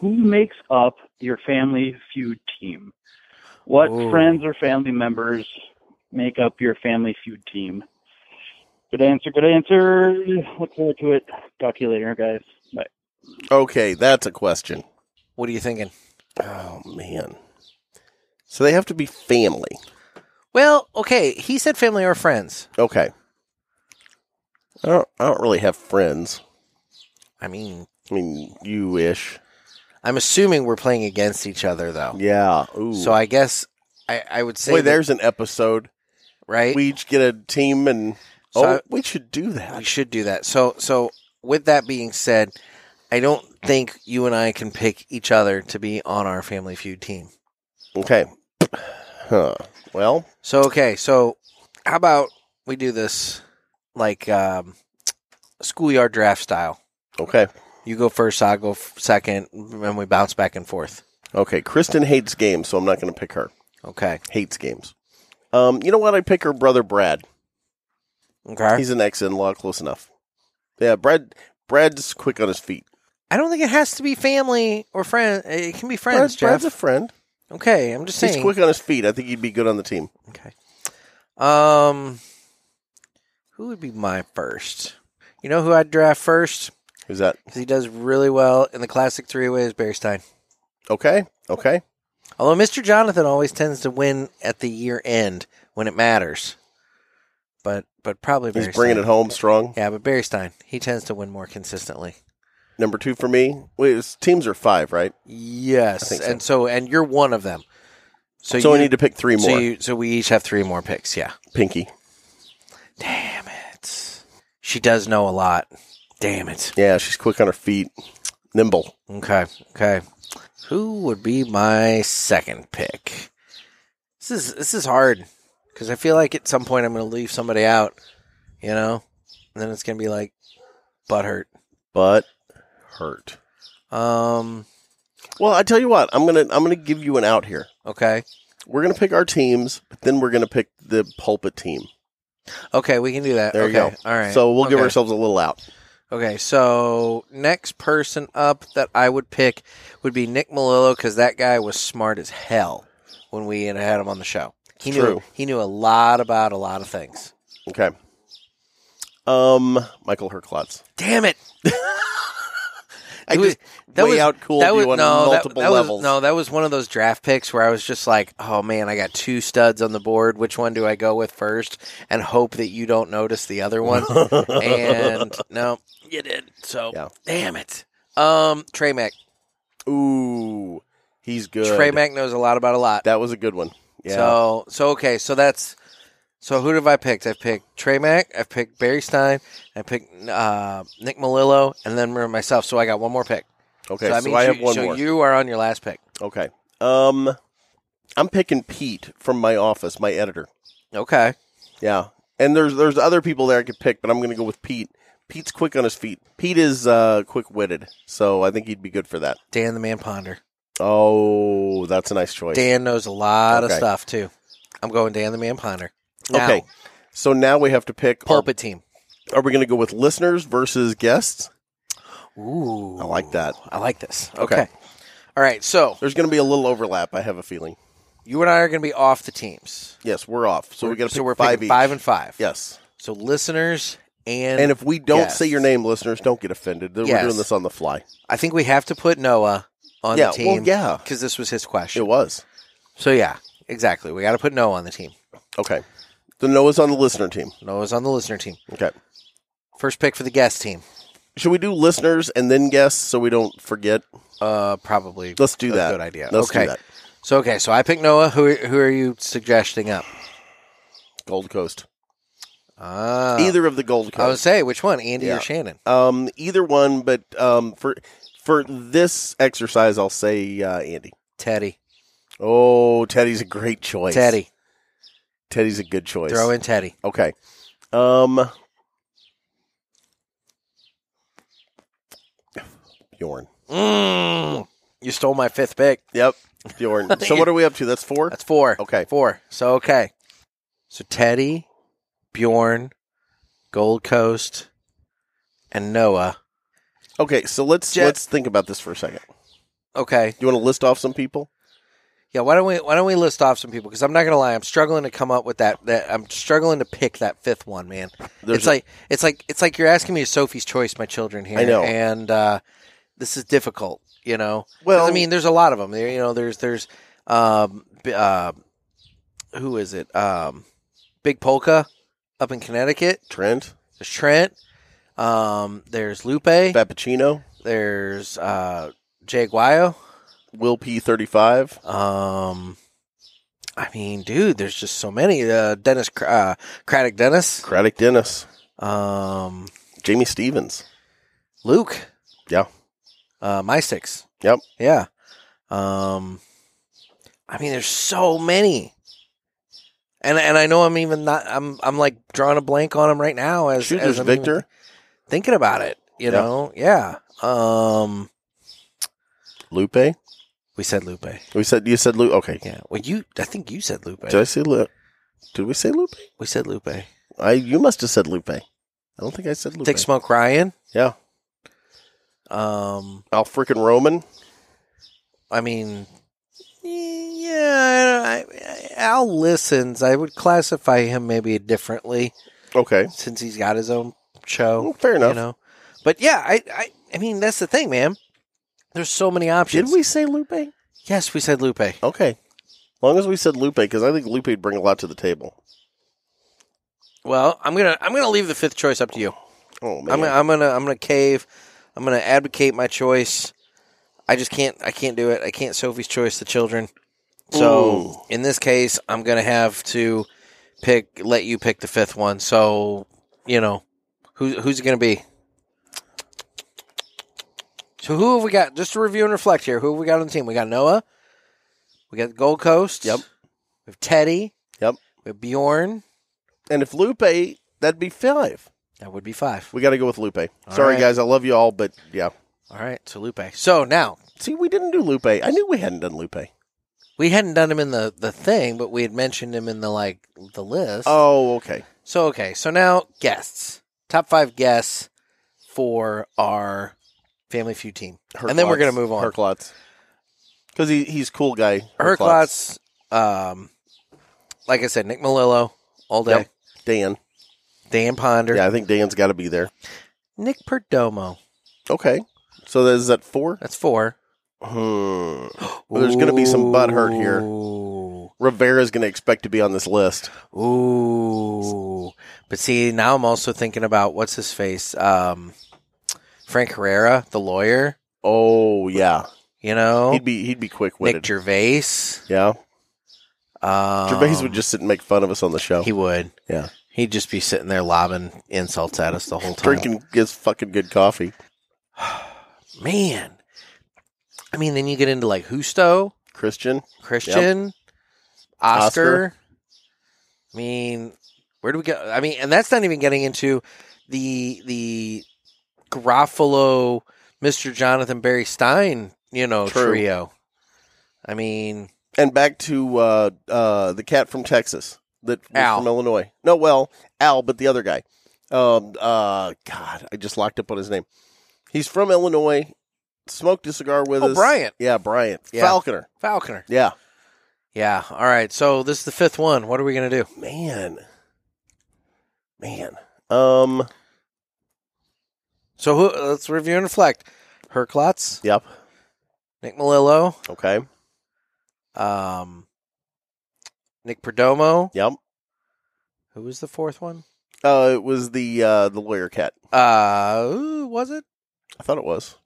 Speaker 10: who makes up your family feud team? What
Speaker 2: Ooh.
Speaker 10: friends or family members make up your family feud team? Good answer, good answer. Look forward to it. Talk to you later, guys. Bye.
Speaker 3: Okay, that's a question.
Speaker 2: What are you thinking?
Speaker 3: Oh man. So they have to be family.
Speaker 2: Well, okay. He said family or friends.
Speaker 3: Okay. I don't. I don't really have friends.
Speaker 2: I mean,
Speaker 3: I mean, you ish.
Speaker 2: I'm assuming we're playing against each other though.
Speaker 3: Yeah. Ooh.
Speaker 2: So I guess I, I would say
Speaker 3: Wait,
Speaker 2: that-
Speaker 3: there's an episode.
Speaker 2: right.
Speaker 3: We each get a team, and
Speaker 2: So
Speaker 3: oh,
Speaker 2: I-
Speaker 3: we should do
Speaker 2: We
Speaker 3: that.
Speaker 2: should do that. So, so with that being said, I don't think you and I can pick each other to be on our Family Feud team.
Speaker 3: Okay. Huh. Well,
Speaker 2: So okay, so how about we do this like um, schoolyard draft style?
Speaker 3: okay,
Speaker 2: You go first, I'll go f- second, and we bounce back and forth.
Speaker 3: okay. Kristen hates games, so I'm not going to pick her.
Speaker 2: Okay.
Speaker 3: Hates games. Um, you know what? I pick her brother Brad.
Speaker 2: Okay.
Speaker 3: He's an ex-in-law, close enough. Yeah, Brad. Brad's quick on his feet.
Speaker 2: I don't think it has to be family or friend. It can be
Speaker 3: Brad-
Speaker 2: friends, Jeff.
Speaker 3: Brad's a friend.
Speaker 2: okay, I'm just
Speaker 3: He's
Speaker 2: saying.
Speaker 3: quick on his feet. I think he'd be good on the team.
Speaker 2: Okay. Um, who would be my first? You know who I'd draft first
Speaker 3: Who's that?
Speaker 2: because he does really well in the classic three way is Barry Stein.
Speaker 3: Okay. Okay.
Speaker 2: Although Mr. Jonathan always tends to win at the year end when it matters. but but probably Barry
Speaker 3: He's bringing
Speaker 2: Stein.
Speaker 3: it home strong.
Speaker 2: Yeah, but Barry Stein, he tends to win more consistently.
Speaker 3: Number two for me. Wait, his teams are five, right? I
Speaker 2: Yes,
Speaker 3: think so.
Speaker 2: and so and you're one of them. So,
Speaker 3: So,
Speaker 2: you
Speaker 3: I need to pick three
Speaker 2: so
Speaker 3: more.
Speaker 2: you, so we each have three more picks. Yeah.
Speaker 3: Pinky.
Speaker 2: Damn it. She does know a lot. Damn it.
Speaker 3: Yeah, she's quick on her feet, nimble.
Speaker 2: Okay. Okay. Who would be my second pick? This is this is hard because I feel like at some point I'm going to leave somebody out, you know, and then it's going to be like butthurt.
Speaker 3: but hurt.
Speaker 2: Um.
Speaker 3: Well, I tell you what, I'm gonna I'm gonna give you an out here.
Speaker 2: Okay.
Speaker 3: We're gonna pick our teams, but then we're gonna pick the pulpit team.
Speaker 2: Okay, we can do that.
Speaker 3: There
Speaker 2: okay.
Speaker 3: you go.
Speaker 2: All right.
Speaker 3: So we'll give
Speaker 2: Okay.
Speaker 3: ourselves a little out.
Speaker 2: Okay. So next person up that I would pick would be Nick Melillo because that guy was smart as hell when we had had him on the show. He
Speaker 3: It's
Speaker 2: knew
Speaker 3: true.
Speaker 2: he knew a lot about a lot of things.
Speaker 3: Okay. Um, Michael Herklotz.
Speaker 2: Damn it!
Speaker 3: I
Speaker 2: It was-
Speaker 3: just way out cool
Speaker 2: That was
Speaker 3: you on
Speaker 2: no, that-
Speaker 3: multiple
Speaker 2: that,
Speaker 3: levels.
Speaker 2: Was,
Speaker 3: [laughs]
Speaker 2: no, that was one of those draft picks where I was just like, "Oh man, I got two studs on the board. Which one do I go with first? And hope that you don't notice the other [laughs] one." and no, you did. So
Speaker 3: Yeah.
Speaker 2: damn it. Um, Trey Mack.
Speaker 3: Ooh, he's good.
Speaker 2: Trey Mack knows a lot about a lot.
Speaker 3: That was a good one. Yeah.
Speaker 2: So so okay. So that's so who have I picked? I picked Trey Mack. I picked Barry Stein. I picked uh, Nick Melillo, and then myself. So I got one more pick.
Speaker 3: okay,
Speaker 2: so
Speaker 3: so I,
Speaker 2: that means
Speaker 3: have
Speaker 2: you,
Speaker 3: one
Speaker 2: so
Speaker 3: more.
Speaker 2: you are on your last pick.
Speaker 3: okay. Um, I'm picking Pete from my office, my editor.
Speaker 2: Okay.
Speaker 3: Yeah. And there's there's other people there I could pick, but I'm going to go with Pete. Pete's quick on his feet. Pete is uh, quick witted, so I think he'd be good for that.
Speaker 2: Dan the Man Ponder.
Speaker 3: Oh, that's a nice choice.
Speaker 2: Dan knows a lot of
Speaker 3: Okay.
Speaker 2: stuff too. I'm going Dan the Man Ponder. Now,
Speaker 3: Okay, so now we have to pick. are-
Speaker 2: Pulpit team.
Speaker 3: Are, we going to go with listeners versus guests?
Speaker 2: Ooh.
Speaker 3: I like that.
Speaker 2: I like this.
Speaker 3: Okay.
Speaker 2: okay. All right. So
Speaker 3: There's going to be a little overlap. I have a feeling.
Speaker 2: you and I are going to be off the teams.
Speaker 3: Yes, we're off. So we got to pick
Speaker 2: so we're
Speaker 3: five
Speaker 2: picking
Speaker 3: each.
Speaker 2: five and five.
Speaker 3: yes.
Speaker 2: So listeners and,
Speaker 3: And if we don't
Speaker 2: Yes.
Speaker 3: say your name, listeners, don't get offended.
Speaker 2: Yes.
Speaker 3: We're doing this on the fly.
Speaker 2: I think we have to put Noah on
Speaker 3: yeah.
Speaker 2: the team.
Speaker 3: Well, yeah.
Speaker 2: Because this was his
Speaker 3: It
Speaker 2: question.
Speaker 3: was
Speaker 2: So yeah, exactly. We got to put Noah on the team.
Speaker 3: okay. The Noah's on the listener team.
Speaker 2: Noah's on the listener team.
Speaker 3: Okay.
Speaker 2: First pick for the guest team.
Speaker 3: Should we do listeners and then guests so we don't forget?
Speaker 2: Uh, probably.
Speaker 3: Let's do
Speaker 2: a
Speaker 3: that.
Speaker 2: Good idea.
Speaker 3: Let's
Speaker 2: okay.
Speaker 3: do that.
Speaker 2: So okay, so I picked Noah. Who who are you suggesting up?
Speaker 3: Gold Coast.
Speaker 2: Ah,
Speaker 3: either of the Gold
Speaker 2: I would
Speaker 3: Coast.
Speaker 2: say which one, Andy
Speaker 3: Yeah.
Speaker 2: or Shannon?
Speaker 3: um, either one, but um, for for this exercise, I'll say uh, Andy.
Speaker 2: Teddy,
Speaker 3: Oh, Teddy's a great choice.
Speaker 2: Teddy,
Speaker 3: Teddy's a good choice.
Speaker 2: throw in Teddy.
Speaker 3: Okay. Um. Bjorn.
Speaker 2: Mm, you stole my fifth pick.
Speaker 3: Yep.
Speaker 2: [laughs]
Speaker 3: Bjorn. so what are we up to? That's four.
Speaker 2: That's four.
Speaker 3: Okay.
Speaker 2: four. So okay, so Teddy, Bjorn, Gold Coast, and Noah.
Speaker 3: Okay. So let's
Speaker 2: Jet-
Speaker 3: let's think about this for a second.
Speaker 2: Okay,
Speaker 3: You want to list off some people?
Speaker 2: yeah. Why don't we why don't we list off some people? Because I'm not gonna lie, I'm struggling to come up with that. That I'm struggling to pick that fifth one, man.
Speaker 3: There's
Speaker 2: it's like it's like it's like you're asking me to Sophie's choice, my children here.
Speaker 3: I know.
Speaker 2: and uh, this is difficult. You know, 'Cause,
Speaker 3: Well-
Speaker 2: I mean, there's a lot of them. There, you know, there's there's um, b- uh, who is it? Um, Big Polka up in Connecticut.
Speaker 3: Trent,
Speaker 2: There's Trent. Um, there's Lupe.
Speaker 3: Fappuccino,
Speaker 2: There's uh, Jay Guayo.
Speaker 3: Will P thirty five.
Speaker 2: Um, I mean, dude, there's just so many. Uh, Dennis Cr- uh, Craddock, Dennis.
Speaker 3: Craddock Dennis,
Speaker 2: Um,
Speaker 3: Jamie Stevens.
Speaker 2: Luke.
Speaker 3: Yeah.
Speaker 2: Uh, my six.
Speaker 3: Yep.
Speaker 2: Yeah. Um, I mean, there's so many, and and I know I'm even not. I'm I'm like drawing a blank on them right now as
Speaker 3: Shoot,
Speaker 2: as
Speaker 3: there's
Speaker 2: I'm even
Speaker 3: Victor,
Speaker 2: thinking about it. You
Speaker 3: Yeah.
Speaker 2: know, yeah. Um,
Speaker 3: Lupe.
Speaker 2: we said Lupe.
Speaker 3: We said you said Lupe. Okay,
Speaker 2: Yeah. Well, you. I think you said Lupe.
Speaker 3: did I say Lupe? Did we say Lupe?
Speaker 2: we said Lupe.
Speaker 3: I you must have said Lupe. I don't think I said Lupe.
Speaker 2: Thick Smoke Ryan.
Speaker 3: Yeah,
Speaker 2: Um,
Speaker 3: Al freaking Roman.
Speaker 2: I mean, yeah. I, I, Al listens. I would classify him maybe differently.
Speaker 3: Okay,
Speaker 2: since he's got his own show.
Speaker 3: Well, fair enough.
Speaker 2: Oh, You know, but yeah, I, I, I mean, that's the thing, man. There's so many options.
Speaker 3: did we say Lupe?
Speaker 2: Yes, we said Lupe.
Speaker 3: Okay, as long as we said Lupe, because I think Lupe would bring a lot to the table.
Speaker 2: Well, I'm gonna I'm gonna leave the fifth choice up to you.
Speaker 3: Oh man,
Speaker 2: I'm gonna, I'm gonna I'm gonna cave. I'm gonna advocate my choice. I just can't I can't do it. I can't Sophie's choice the children. So in this case, I'm gonna have to pick. Let you pick the fifth one. So you know who who's it gonna be. So who have we got? Just to review and reflect here. Who have we got on the team? We got Noah. We got Gold Coast.
Speaker 3: Yep.
Speaker 2: We have Teddy.
Speaker 3: Yep.
Speaker 2: We have Bjorn.
Speaker 3: and if Lupe, that'd be five.
Speaker 2: That would be five.
Speaker 3: We got to go with Lupe. Sorry,
Speaker 2: right.
Speaker 3: guys, I love you all, but yeah.
Speaker 2: All right. So Lupe. So now
Speaker 3: See, we didn't do Lupe. I knew we hadn't done Lupe.
Speaker 2: We hadn't done him in the, the thing, but we had mentioned him in the like the list.
Speaker 3: Oh, okay.
Speaker 2: So okay, so now guests. Top five guests for our Family Feud team. and then we're gonna move on.
Speaker 3: Herklotz, because he, he's cool guy.
Speaker 2: Herklotz, um like I said, Nick Melillo all day.
Speaker 3: Yep. Dan.
Speaker 2: Dan Ponder.
Speaker 3: Yeah, I think Dan's got to be there.
Speaker 2: Nick Perdomo.
Speaker 3: Okay, so that is that four.
Speaker 2: That's four.
Speaker 3: Hmm. Well, there's gonna be some butt hurt here.
Speaker 2: Ooh.
Speaker 3: Rivera's going to expect to be on this list.
Speaker 2: Ooh. But see, now I'm also thinking about what's his face? Um Frank Herrera, the lawyer,
Speaker 3: Oh yeah,
Speaker 2: you know?
Speaker 3: he'd be he'd be quick
Speaker 2: Oh. Nick
Speaker 3: witted.
Speaker 2: Gervais.
Speaker 3: Yeah,
Speaker 2: Um,
Speaker 3: Gervais would just sit and make fun of us on the show,
Speaker 2: He would.
Speaker 3: Yeah.
Speaker 2: He'd just be sitting there lobbing insults at us the whole time.
Speaker 3: drinking his fucking good coffee.
Speaker 2: Man. I mean, then you get into like Husto,
Speaker 3: Christian,
Speaker 2: Christian, Oscar. I mean, where do we go? I mean, and that's not even getting into the the Garofalo, Mr. Jonathan Barry Stein, you know,
Speaker 3: True.
Speaker 2: trio. I mean,
Speaker 3: and back to uh, uh, the cat from Texas that was
Speaker 2: Al.
Speaker 3: from Illinois. No, well, Al, but the other guy. Um, uh, God, I just locked up on his name. He's from Illinois. Smoked a cigar with
Speaker 2: Oh,
Speaker 3: us.
Speaker 2: Bryant.
Speaker 3: Yeah, Bryant.
Speaker 2: Yeah.
Speaker 3: Falconer.
Speaker 2: Falconer.
Speaker 3: Yeah.
Speaker 2: Yeah. All right. So this is the fifth one. What are we going to do?
Speaker 3: Man. Man. Um.
Speaker 2: So who, let's review and reflect. Herklotz,
Speaker 3: Yep.
Speaker 2: Nick Melillo,
Speaker 3: Okay.
Speaker 2: um, Nick Perdomo.
Speaker 3: Yep.
Speaker 2: Who was the fourth one?
Speaker 3: Uh, it was the uh, the lawyer cat.
Speaker 2: Uh, who was it?
Speaker 3: I thought it was.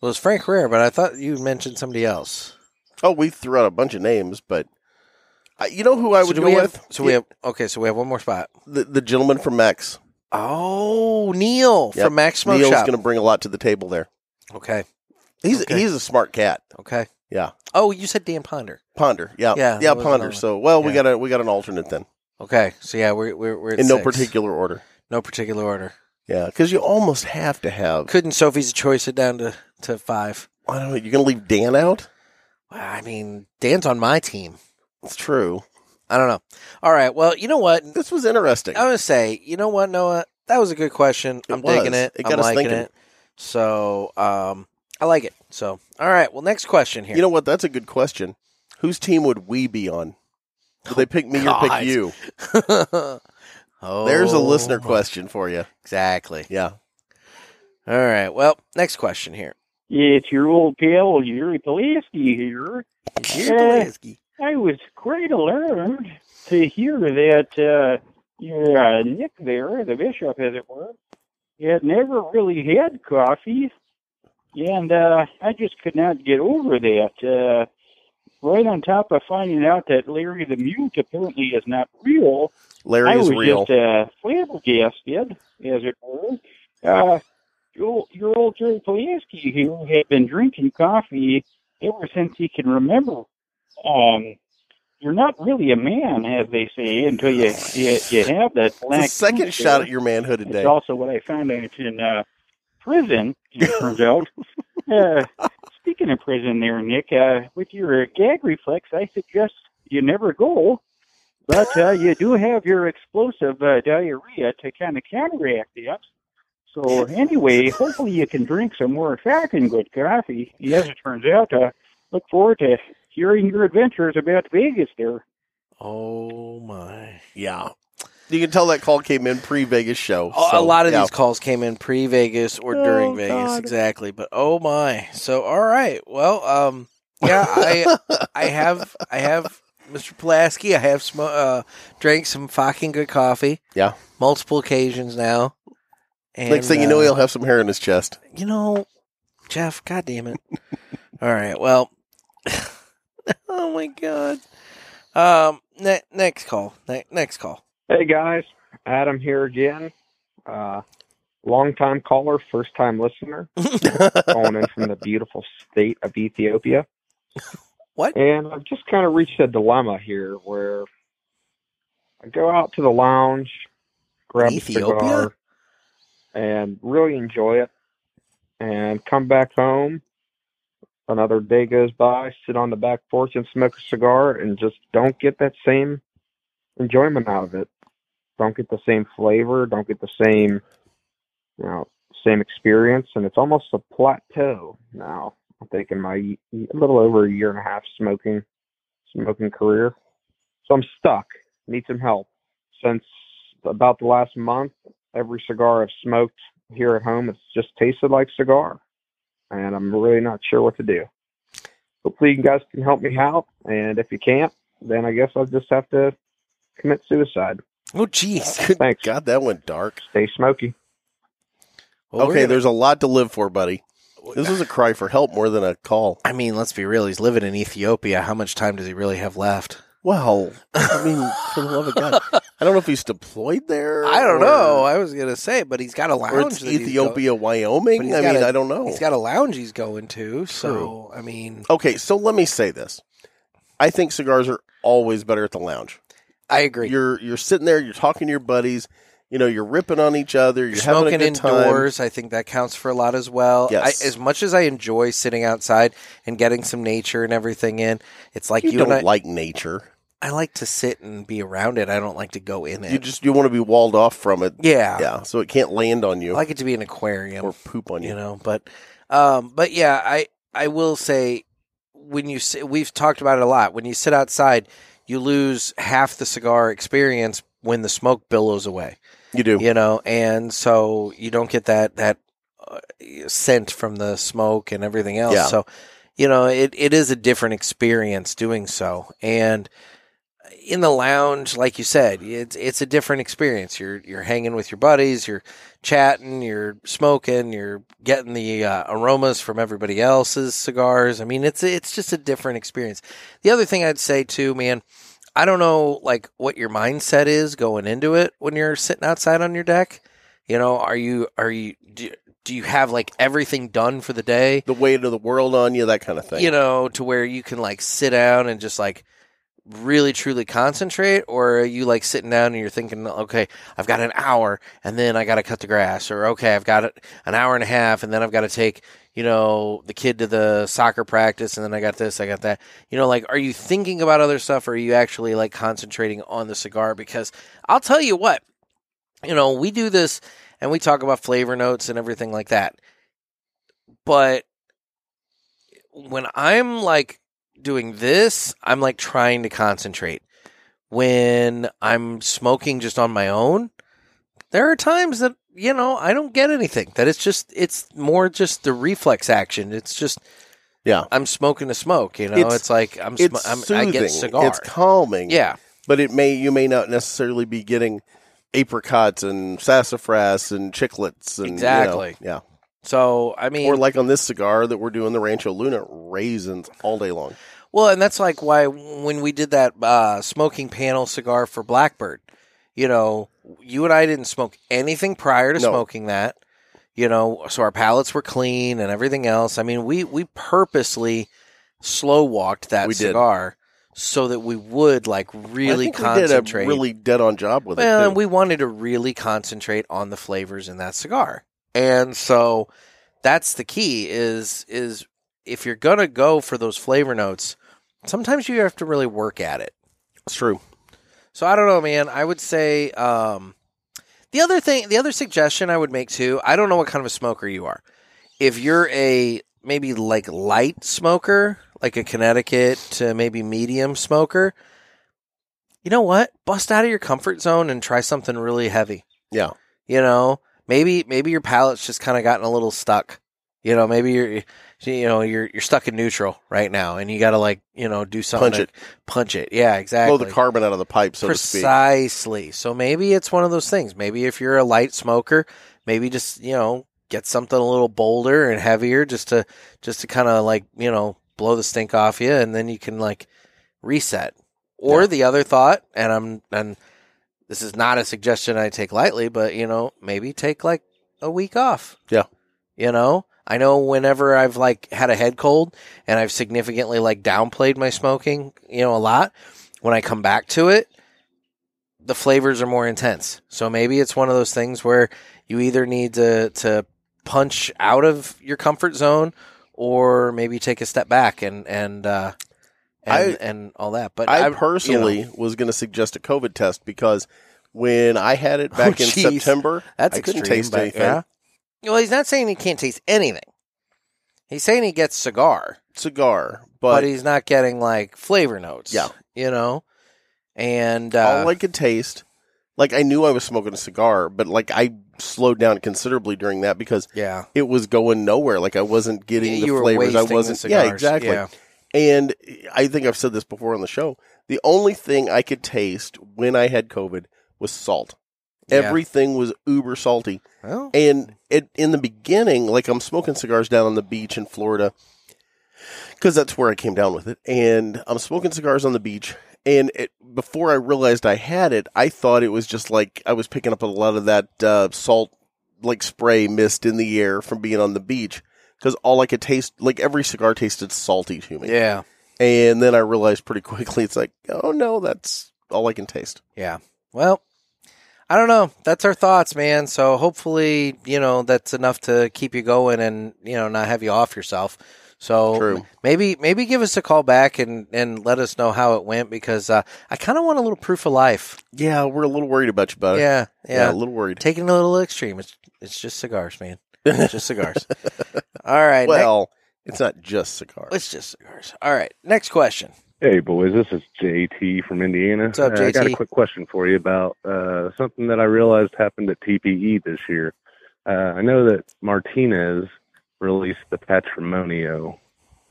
Speaker 2: Well, it was Frank Rare, but I thought you mentioned somebody else.
Speaker 3: Oh, we threw out a bunch of names, but I, you know who I
Speaker 2: so
Speaker 3: would
Speaker 2: do
Speaker 3: go
Speaker 2: we
Speaker 3: with?
Speaker 2: have, so we have okay. So we have one more spot.
Speaker 3: the, the gentleman from Max.
Speaker 2: Oh, Neil
Speaker 3: Yep.
Speaker 2: from Max Smoke
Speaker 3: Neil's
Speaker 2: Shop.
Speaker 3: going to bring a lot to the table there.
Speaker 2: Okay.
Speaker 3: He's
Speaker 2: Okay.
Speaker 3: he's a smart cat.
Speaker 2: Okay.
Speaker 3: Yeah.
Speaker 2: Oh, you said Dan Ponder.
Speaker 3: Ponder. Yeah.
Speaker 2: Yeah, that was another
Speaker 3: Ponder.
Speaker 2: one.
Speaker 3: So well, we
Speaker 2: Yeah.
Speaker 3: got a we got an alternate then
Speaker 2: Okay. So yeah, we're we're, we're at
Speaker 3: in no
Speaker 2: six.
Speaker 3: particular order.
Speaker 2: no particular order.
Speaker 3: Yeah, because you almost have to have.
Speaker 2: Couldn't Sophie's choice it down to to five?
Speaker 3: I don't know. You're going to leave Dan out.
Speaker 2: Well, I mean, Dan's on my team.
Speaker 3: It's true.
Speaker 2: I don't know. All right. Well, you know what?
Speaker 3: This was interesting.
Speaker 2: I'm gonna say, you know what, Noah? That was a good question. I'm
Speaker 3: was.
Speaker 2: digging it.
Speaker 3: It
Speaker 2: I'm
Speaker 3: got us
Speaker 2: liking
Speaker 3: thinking.
Speaker 2: it. So, um, I like it. So, all right. Well, next question here.
Speaker 3: You know what? That's a good question. Whose team would we be on? Would they pick me or
Speaker 2: Oh, God.
Speaker 3: pick you?
Speaker 2: [laughs] oh,
Speaker 3: There's a listener question for you.
Speaker 2: Exactly.
Speaker 3: Yeah.
Speaker 2: All right. Well, next question here.
Speaker 10: It's your old pal Yuri Pulaski here.
Speaker 2: Here,
Speaker 10: Eh.
Speaker 2: Delansky.
Speaker 10: I was quite alarmed to hear that uh, your uh, Nick there, the bishop, as it were, had never really had coffee, and uh, I just could not get over that. Uh, right on top of finding out that Larry the Mute apparently is not real,
Speaker 3: Larry
Speaker 10: I
Speaker 3: is
Speaker 10: was
Speaker 3: real.
Speaker 10: just uh, flabbergasted, as it were. Uh, your, your old Jerry Pulaski here had been drinking coffee ever since he can remember. Um, you're not really a man, as they say, until you you, you have that
Speaker 3: It's
Speaker 10: black.
Speaker 3: the second
Speaker 10: tooth
Speaker 3: shot
Speaker 10: there.
Speaker 3: at your manhood
Speaker 10: It's
Speaker 3: today.
Speaker 10: also what I found out in uh, prison. It turns out. [laughs] Uh, speaking of prison, there, Nick, uh, with your gag reflex, I suggest you never go. But uh, you do have your explosive uh, diarrhea to kind of counteract that. So anyway, hopefully you can drink some more fucking good coffee. As it turns out, uh, look forward to hearing your adventures about Vegas there.
Speaker 2: Oh my!
Speaker 3: Yeah. You can tell that call came in pre Vegas show.
Speaker 2: a
Speaker 3: so,
Speaker 2: lot of
Speaker 3: yeah.
Speaker 2: these calls came in pre-Vegas or during
Speaker 3: Oh,
Speaker 2: Vegas,
Speaker 3: God.
Speaker 2: exactly. But oh my! So all right. Well, um, yeah, I I have I have Mr. Pulaski, I have smo- uh, drank some fucking good coffee.
Speaker 3: Yeah.
Speaker 2: multiple occasions now. And,
Speaker 3: Next thing you know,
Speaker 2: uh,
Speaker 3: he'll have some hair in his chest.
Speaker 2: you know, Jeff, god damn it. All right, well, [laughs] oh my god. Um, ne- next call, ne- next call.
Speaker 11: Hey guys, Adam here again. Uh, long time caller, first time
Speaker 2: [laughs]
Speaker 11: listener, calling in from the beautiful state of Ethiopia.
Speaker 2: What?
Speaker 11: And I've just kind of reached a dilemma here where I go out to the lounge, grab
Speaker 2: Ethiopia?
Speaker 11: a cigar, and really enjoy it, and come back home. Another day goes by, sit on the back porch and smoke a cigar, and just don't get that same enjoyment out of it. Don't get the same flavor, don't get the same, you know, same experience, and it's almost a plateau now. I'm thinking my y- y- a little over a year and a half smoking, smoking career, so I'm stuck. Need some help. Since about the last month, every cigar I've smoked here at home, it's just tasted like cigar, and I'm really not sure what to do. Hopefully, you guys can help me out, and if you can't, then I guess I'll just have to commit suicide.
Speaker 2: Oh, [laughs] jeez.
Speaker 3: Good
Speaker 11: Thanks.
Speaker 3: God, that went dark.
Speaker 11: Stay smoky.
Speaker 2: Well, we're
Speaker 3: okay,
Speaker 2: gonna-
Speaker 3: there's a lot to live for, buddy. This is a cry for help more than a call.
Speaker 2: I mean, let's be real. He's living in Ethiopia. How much time does he really have left?
Speaker 3: Well, I mean, for the love of God, I don't know if he's deployed there.
Speaker 2: I don't
Speaker 3: or-
Speaker 2: know. I was gonna say, but he's got a lounge.
Speaker 3: Or it's
Speaker 2: that he's
Speaker 3: Ethiopia,
Speaker 2: But
Speaker 3: Wyoming.
Speaker 2: he's
Speaker 3: I
Speaker 2: got
Speaker 3: mean,
Speaker 2: a-
Speaker 3: I don't know.
Speaker 2: go- he's got a lounge he's going to. So I mean,
Speaker 3: okay, so let me say this. I think cigars are always better at the lounge.
Speaker 2: I agree.
Speaker 3: You're you're sitting there, you're talking to your buddies, you know, you're ripping on each other, you're,
Speaker 2: You're
Speaker 3: having
Speaker 2: smoking
Speaker 3: a good time.
Speaker 2: indoors. I think that counts for a lot as well.
Speaker 3: Yes.
Speaker 2: I, as much as I enjoy sitting outside and getting some nature and everything in, it's like
Speaker 3: You,
Speaker 2: you,
Speaker 3: don't
Speaker 2: and I,
Speaker 3: like nature.
Speaker 2: I like to sit and be around it. I don't like to go in it.
Speaker 3: You just you want to be walled off from it.
Speaker 2: yeah.
Speaker 3: Yeah, so it can't land on
Speaker 2: I
Speaker 3: you
Speaker 2: like it to be an aquarium.
Speaker 3: or poop on you.
Speaker 2: you know but um but yeah i i will say when you sit, we've talked about it a lot when you sit outside you lose half the cigar experience when the smoke billows away
Speaker 3: You do.
Speaker 2: you know and so you don't get that that uh, scent from the smoke and everything else
Speaker 3: Yeah.
Speaker 2: so you know it, it is a different experience doing so and in the lounge like you said it's it's a different experience you're you're hanging with your buddies you're chatting you're smoking you're getting the uh, aromas from everybody else's cigars i mean it's it's just a different experience the other thing i'd say too man I don't know like what your mindset is going into it when you're sitting outside on your deck. You know, are you are you do, do you have like everything done for the day?
Speaker 3: The weight of the world on you, that kind of thing.
Speaker 2: You know, to where you can like sit down and just like really truly concentrate or are you like sitting down and you're thinking okay i've got an hour and then i got to cut the grass or okay i've got an hour and a half and then i've got to take you know the kid to the soccer practice and then i got this i got that you know like are you thinking about other stuff or are you actually like concentrating on the cigar because i'll tell you what you know we do this and we talk about flavor notes and everything like that but when i'm like doing this, I'm like trying to concentrate. When I'm smoking just on my own, there are times that, you know, I don't get anything. That it's just, it's more just the reflex action. It's just,
Speaker 3: Yeah.
Speaker 2: I'm smoking to smoke, you know? It's,
Speaker 3: It's-
Speaker 2: like, I'm, sm-
Speaker 3: It's
Speaker 2: I'm I
Speaker 3: soothing.
Speaker 2: get cigar.
Speaker 3: It's calming.
Speaker 2: yeah.
Speaker 3: but it may you may not necessarily be getting apricots and sassafras and chiclets and you know,
Speaker 2: Exactly.
Speaker 3: yeah
Speaker 2: So, I mean,
Speaker 3: or like on this cigar that we're doing the rancho luna raisins all day long
Speaker 2: Well, and that's like why when we did that uh, smoking panel cigar for Blackbird, you know, you and I didn't smoke anything prior to
Speaker 3: No.
Speaker 2: smoking that. You know, so our palates were clean and everything else. I mean, we we purposely slow walked that
Speaker 3: We did.
Speaker 2: cigar so that we would like really
Speaker 3: I think
Speaker 2: concentrate.
Speaker 3: we did a really dead on job with
Speaker 2: Well,
Speaker 3: it
Speaker 2: and
Speaker 3: too.
Speaker 2: we wanted to really concentrate on the flavors in that cigar, and so that's the key. Is is if you're gonna go for those flavor notes, sometimes you have to really work at it.
Speaker 3: it's true
Speaker 2: So I don't know, man. I would say um, the other thing, the other suggestion I would make too. I don't know what kind of a smoker you are. If you're a maybe like light smoker, like a Connecticut to maybe medium smoker, you know what? Bust out of your comfort zone and try something really heavy.
Speaker 3: yeah
Speaker 2: You know, maybe maybe your palate's just kind of gotten a little stuck. You know, maybe you're you know you're you're stuck in neutral right now, and you got to like you know do something.
Speaker 3: Punch
Speaker 2: to
Speaker 3: it.
Speaker 2: Punch it. Yeah, exactly.
Speaker 3: Blow the carbon out of the pipe, so to
Speaker 2: Precisely. So maybe it's one of those things. Maybe if you're a light smoker, maybe just you know get something a little bolder and heavier just to just to kind of like you know blow the stink off you, and then you can like reset. Or
Speaker 3: Yeah.
Speaker 2: the other thought, and I'm and this is not a suggestion I take lightly, but you know maybe take like a week off.
Speaker 3: Yeah.
Speaker 2: You know, I know whenever I've like had a head cold and I've significantly like downplayed my smoking, you know, a lot, when I come back to it, the flavors are more intense. So maybe it's one of those things where you either need to to punch out of your comfort zone or maybe take a step back and and uh and,
Speaker 3: I-
Speaker 2: and all that.
Speaker 3: speak.
Speaker 2: But
Speaker 3: I
Speaker 2: you know,
Speaker 3: personally was going to suggest a COVID test because when I had it back
Speaker 2: [laughs] Oh,
Speaker 3: in
Speaker 2: jeez.
Speaker 3: September,
Speaker 2: That's
Speaker 3: I couldn't
Speaker 2: extreme,
Speaker 3: taste
Speaker 2: but
Speaker 3: anything.
Speaker 2: yeah. Well, he's not saying he can't taste anything. He's saying he gets cigar,
Speaker 3: cigar,
Speaker 2: but,
Speaker 3: but,
Speaker 2: he's not getting like flavor notes.
Speaker 3: Yeah.
Speaker 2: you know, and uh,
Speaker 3: all I could taste, like I knew I was smoking a cigar, but like I slowed down considerably during that because
Speaker 2: yeah,
Speaker 3: it was going nowhere. Like I wasn't getting
Speaker 2: Y-
Speaker 3: the
Speaker 2: you were
Speaker 3: flavors. I
Speaker 2: wasting the
Speaker 3: wasn't. yeah,
Speaker 2: cigars,
Speaker 3: exactly.
Speaker 2: yeah.
Speaker 3: And I think I've said this before on the show. The only thing I could taste when I had COVID was salt.
Speaker 2: Yeah.
Speaker 3: Everything was uber salty.
Speaker 2: Well,
Speaker 3: And it, in the beginning, like I'm smoking cigars down on the beach in Florida because that's where I came down with it. And I'm smoking cigars on the beach. And it, before I realized I had it, I thought it was just like I was picking up a lot of that uh, salt, like spray mist in the air from being on the beach because all I could taste, like every cigar tasted salty to me.
Speaker 2: yeah,
Speaker 3: And then I realized pretty quickly, it's like, oh no, that's all I can taste.
Speaker 2: Yeah. Well, I don't know. That's our thoughts, man. So hopefully, you know, that's enough to keep you going and, you know, not have you off yourself. So
Speaker 3: True.
Speaker 2: maybe maybe give us a call back and and let us know how it went because uh, I kind of want a little proof of life.
Speaker 3: Yeah, we're a little worried about you, buddy.
Speaker 2: yeah, yeah.
Speaker 3: a little worried.
Speaker 2: Taking it a little extreme. It's it's just cigars, man. It's just
Speaker 3: [laughs]
Speaker 2: cigars. All right. next-
Speaker 3: well, it's not just cigars.
Speaker 2: it's just cigars. All right. Next question.
Speaker 11: Hey boys, this is JT from Indiana.
Speaker 2: What's up,
Speaker 11: Uh, I got
Speaker 2: JT?
Speaker 11: a quick question for you about uh, something that I realized happened at TPE this year. Uh, I know that Martinez released the Patrimonio.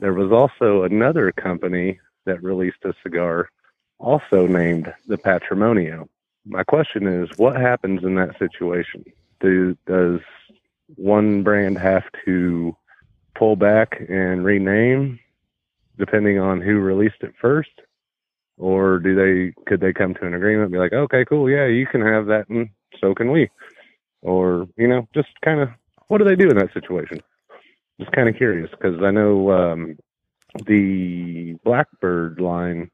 Speaker 11: There was also another company that released a cigar, also named the Patrimonio. My question is, what happens in that situation? Do, does one brand have to pull back and rename depending on who released it first or do they could they come to an agreement and be like okay cool yeah you can have that and so can we or you know just kind of what do they do in that situation just kind of curious because i know um the blackbird line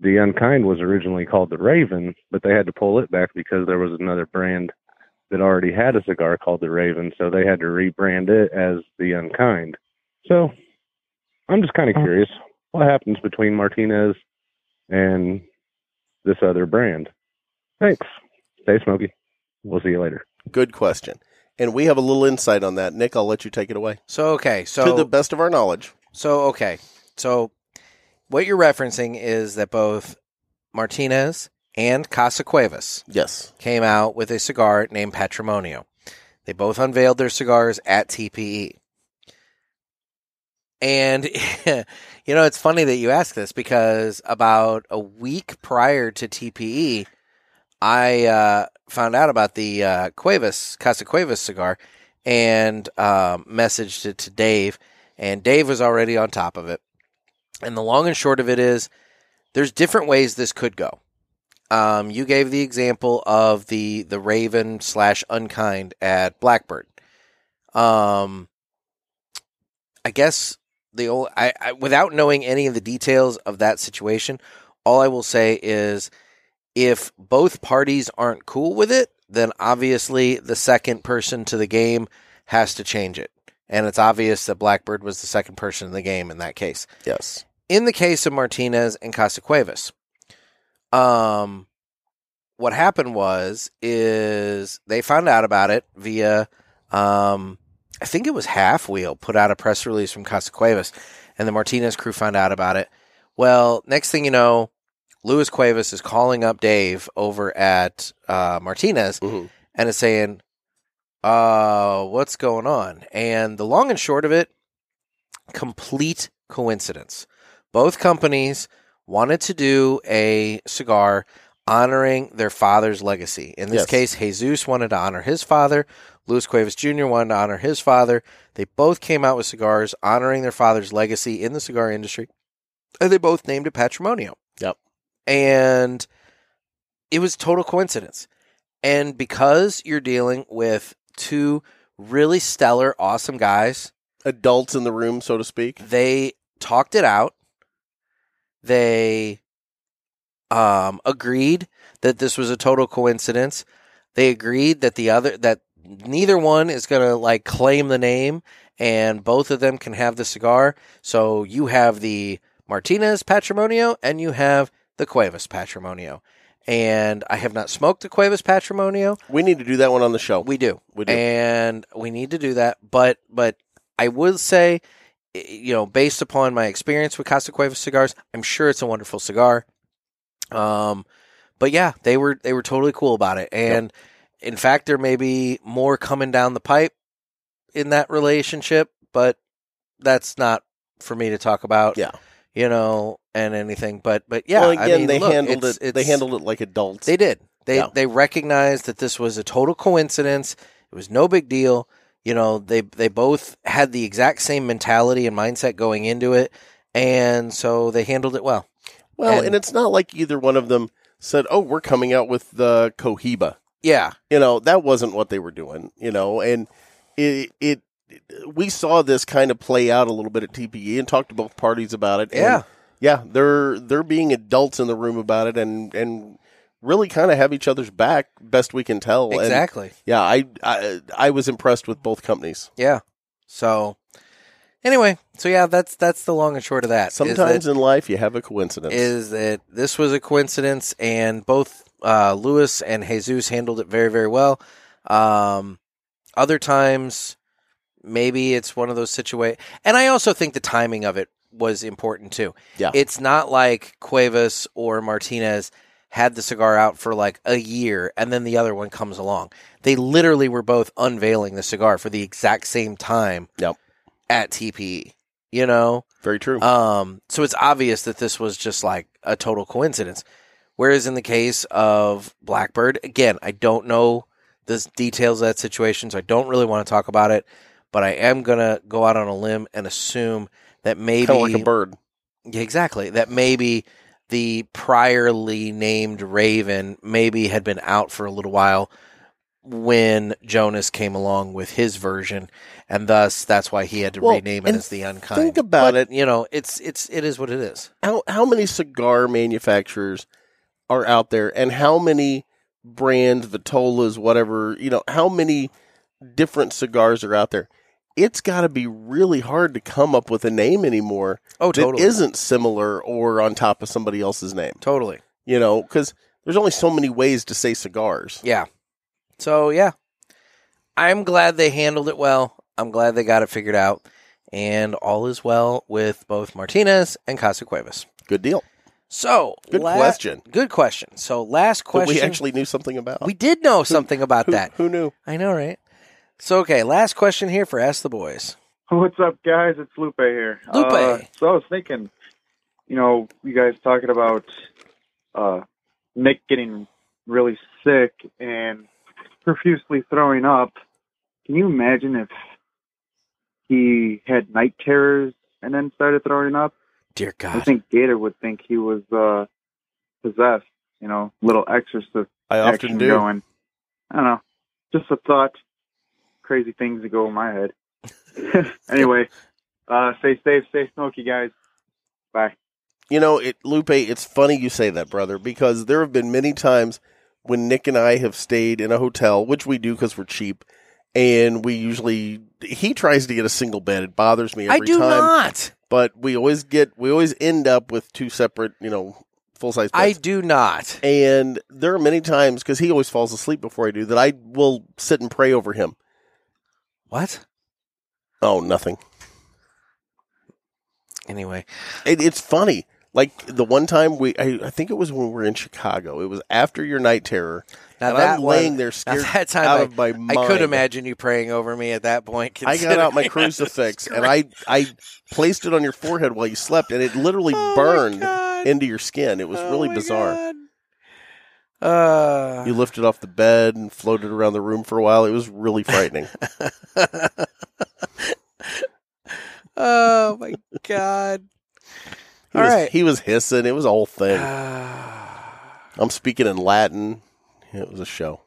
Speaker 11: the unkind was originally called the raven but they had to pull it back because there was another brand that already had a cigar called the raven so they had to rebrand it as the unkind so I'm just kind of curious what happens between Martinez and this other brand. Thanks. Stay smoky. We'll see you later.
Speaker 3: Good question. And we have a little insight on that. Nick, I'll let you take it away.
Speaker 2: So okay. So
Speaker 3: to the best of our knowledge,
Speaker 2: So okay, so what you're referencing is that both Martinez and Casa Cuevas
Speaker 3: yes.
Speaker 2: came out with a cigar named Patrimonio. They both unveiled their cigars at TPE. And [laughs] you know, it's funny that you ask this because about a week prior to TPE, I uh, found out about the uh, Cuevas Casa Cuevas cigar and um, messaged it to Dave, and Dave was already on top of it. And the long and short of it is, there's different ways this could go. Um, you gave the example of the the Raven slash Unkind at Blackbird. Um, I guess the old I, I without knowing any of the details of that situation, all I will say is if both parties aren't cool with it, then obviously the second person to the game has to change it. And it's obvious that Blackbird was the second person in the game in that case
Speaker 3: Yes.
Speaker 2: in the case of Martinez and Casa Cuevas, um, what happened was is they found out about it via, um, I think it was Half Wheel put out a press release from Casa Cuevas, and the Martinez crew found out about it. Well, next thing you know, Luis Cuevas is calling up Dave over at uh, Martinez
Speaker 3: Mhm.
Speaker 2: and is saying, uh, what's going on? And the long and short of it, complete coincidence. Both companies wanted to do a cigar honoring their father's legacy. In this
Speaker 3: Yes.
Speaker 2: case, Jesus wanted to honor his father. Luis Cuevas Jr. wanted to honor his father. They both came out with cigars honoring their father's legacy in the cigar industry. And they both named it Patrimonio.
Speaker 3: Yep.
Speaker 2: And it was total coincidence. And because you're dealing with two really stellar, awesome guys,
Speaker 3: adults in the room, so to speak.
Speaker 2: they talked it out. They um, agreed that this was a total coincidence. They agreed that the other that neither one is going to like claim the name, and both of them can have the cigar. So you have the Martinez Patrimonio, and you have the Cuevas Patrimonio. And I have not smoked the Cuevas Patrimonio.
Speaker 3: We need to do that one on the show.
Speaker 2: We do.
Speaker 3: We do.
Speaker 2: And we need to do that. But but I would say, i- you know, based upon my experience with Casa Cuevas cigars, I'm sure it's a wonderful cigar. Um, but yeah, they were they were totally cool about it. And in fact, there may be more coming down the pipe in that relationship, but that's not for me to talk about.
Speaker 3: Yeah.
Speaker 2: You know, and anything, but but yeah,
Speaker 3: well,
Speaker 2: I
Speaker 3: again,
Speaker 2: mean,
Speaker 3: they
Speaker 2: look,
Speaker 3: handled
Speaker 2: it's-
Speaker 3: it. they
Speaker 2: it's-
Speaker 3: handled it like adults.
Speaker 2: they did. They
Speaker 3: Yeah.
Speaker 2: they recognized that this was a total coincidence. It was no big deal. You know, they they both had the exact same mentality and mindset going into it, and so they handled it well.
Speaker 3: well,
Speaker 2: and-
Speaker 3: and, it's not like either one of them said, "Oh, we're coming out with the Cohiba."
Speaker 2: Yeah,
Speaker 3: You know, that wasn't what they were doing. You know, and it it we saw this kind of play out a little bit at TPE and talked to both parties about it. and
Speaker 2: yeah,
Speaker 3: yeah, they're they're being adults in the room about it and and really kind of have each other's back best we can tell. And,
Speaker 2: exactly.
Speaker 3: yeah, I, I I was impressed with both companies.
Speaker 2: Yeah. So anyway, so yeah, that's that's the long and short of that. Uh, is
Speaker 3: Sometimes
Speaker 2: that-
Speaker 3: in life you have a coincidence.
Speaker 2: is that this was a coincidence, and both uh, Lewis and Jesus handled it very, very well. Um, other times, maybe it's one of those situations. And I also think the timing of it was important too.
Speaker 3: Yeah.
Speaker 2: It's not like Cuevas or Martinez had the cigar out for like a year and then the other one comes along. They literally were both unveiling the cigar for the exact same time
Speaker 3: Yep.
Speaker 2: at TPE, you know?
Speaker 3: Very true.
Speaker 2: Um, so it's obvious that this was just like a total coincidence. Whereas in the case of Blackbird, again, I don't know the details of that situation, so I don't really want to talk about it. But I am gonna go out on a limb and assume that maybe
Speaker 3: kind of like a bird.
Speaker 2: yeah, exactly that maybe the priorly named Raven maybe had been out for a little while when Jonas came along with his version, and thus that's why he had to
Speaker 3: Well,
Speaker 2: rename it
Speaker 3: and
Speaker 2: as the Unkind
Speaker 3: Think
Speaker 2: but
Speaker 3: about it.
Speaker 2: you know, it's it's it is what it is.
Speaker 3: How how many cigar manufacturers are out there, and how many brands, Vitolas, whatever you know, how many different cigars are out there? It's got to be really hard to come up with a name anymore
Speaker 2: Oh,
Speaker 3: that
Speaker 2: totally,
Speaker 3: isn't similar or on top of somebody else's name.
Speaker 2: totally,
Speaker 3: You know, because there's only so many ways to say cigars.
Speaker 2: yeah. So yeah, I'm glad they handled it well. I'm glad they got it figured out, and all is well with both Martinez and Casa Cuevas.
Speaker 3: Good deal.
Speaker 2: So
Speaker 3: Good
Speaker 2: la-
Speaker 3: question.
Speaker 2: Good question. So last
Speaker 3: But
Speaker 2: question.
Speaker 3: we actually knew something about.
Speaker 2: We did know something about
Speaker 3: who,
Speaker 2: that.
Speaker 3: Who knew?
Speaker 2: I know, right? So okay, last question here for Ask the Boys.
Speaker 12: What's up, guys? It's Lupe here.
Speaker 2: Lupe.
Speaker 12: Uh, so I was thinking, you know, you guys talking about uh, Nick getting really sick and profusely throwing up. Can you imagine if he had night terrors and then started throwing up?
Speaker 2: Dear
Speaker 12: I
Speaker 2: God,
Speaker 12: think Gator would think he was uh, possessed. You know, little exorcist
Speaker 3: I
Speaker 12: action
Speaker 3: often do.
Speaker 12: going. I don't know. Just a thought. Crazy things that go in my head. [laughs] anyway, uh, stay safe, stay smoky, guys. Bye.
Speaker 3: You know, it Lupe, it's funny you say that, brother, because there have been many times when Nick and I have stayed in a hotel, which we do because we're cheap, and we usually he tries to get a single bed. It bothers me
Speaker 2: I
Speaker 3: every
Speaker 2: do
Speaker 3: time,
Speaker 2: not.
Speaker 3: but we always get we always end up with two separate, you know, full size
Speaker 2: I
Speaker 3: beds.
Speaker 2: do not.
Speaker 3: and there are many times because he always falls asleep before I do that I will sit and pray over him.
Speaker 2: What?
Speaker 3: Oh, nothing.
Speaker 2: Anyway,
Speaker 3: It, it's funny. Like the one time we, I, I think it was when we were in Chicago. It was after your night terror.
Speaker 2: Now
Speaker 3: and
Speaker 2: that
Speaker 3: I'm laying
Speaker 2: one-
Speaker 3: there
Speaker 2: now
Speaker 3: scared
Speaker 2: that time [laughs]
Speaker 3: out
Speaker 2: I,
Speaker 3: of my
Speaker 2: I
Speaker 3: mind.
Speaker 2: could imagine you praying over me at that point.
Speaker 3: I got
Speaker 2: [laughs]
Speaker 3: out my
Speaker 2: considering-
Speaker 3: crucifix and I, I placed it on your forehead while you slept, and it literally
Speaker 2: Oh
Speaker 3: burned into your skin. It was really bizarre.
Speaker 2: Uh,
Speaker 3: You lifted off the bed and floated around the room for a while. It was really
Speaker 2: [laughs]
Speaker 3: frightening.
Speaker 2: Uh.
Speaker 3: [laughs]
Speaker 2: oh my god!
Speaker 3: He
Speaker 2: All
Speaker 3: was,
Speaker 2: right.
Speaker 3: He was hissing. It was a whole thing.
Speaker 2: [sighs]
Speaker 3: [laughs] I'm speaking in Latin. It was a show.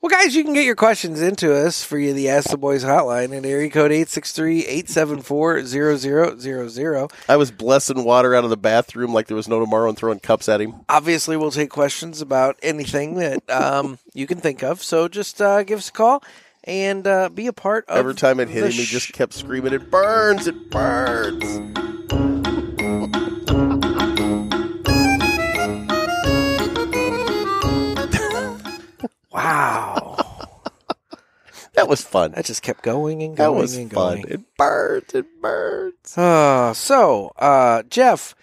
Speaker 2: Well, guys, you can get your questions into us for you, the Ask the Boys hotline at area code 863-874-0000.
Speaker 3: I was blessing water out of the bathroom like there was no tomorrow and throwing cups at him.
Speaker 2: Obviously, we'll take questions about anything that um, [laughs] you can think of. So just uh, give us a call and uh, be a part of
Speaker 3: Every time it hit
Speaker 2: the
Speaker 3: him, he just kept screaming, It burns, it burns.
Speaker 2: Wow.
Speaker 3: That was fun.
Speaker 2: That just kept going and
Speaker 3: [laughs] That
Speaker 2: going
Speaker 3: was
Speaker 2: and
Speaker 3: fun.
Speaker 2: going.
Speaker 3: It burns, it burns.
Speaker 2: Uh, so, uh, Jeff.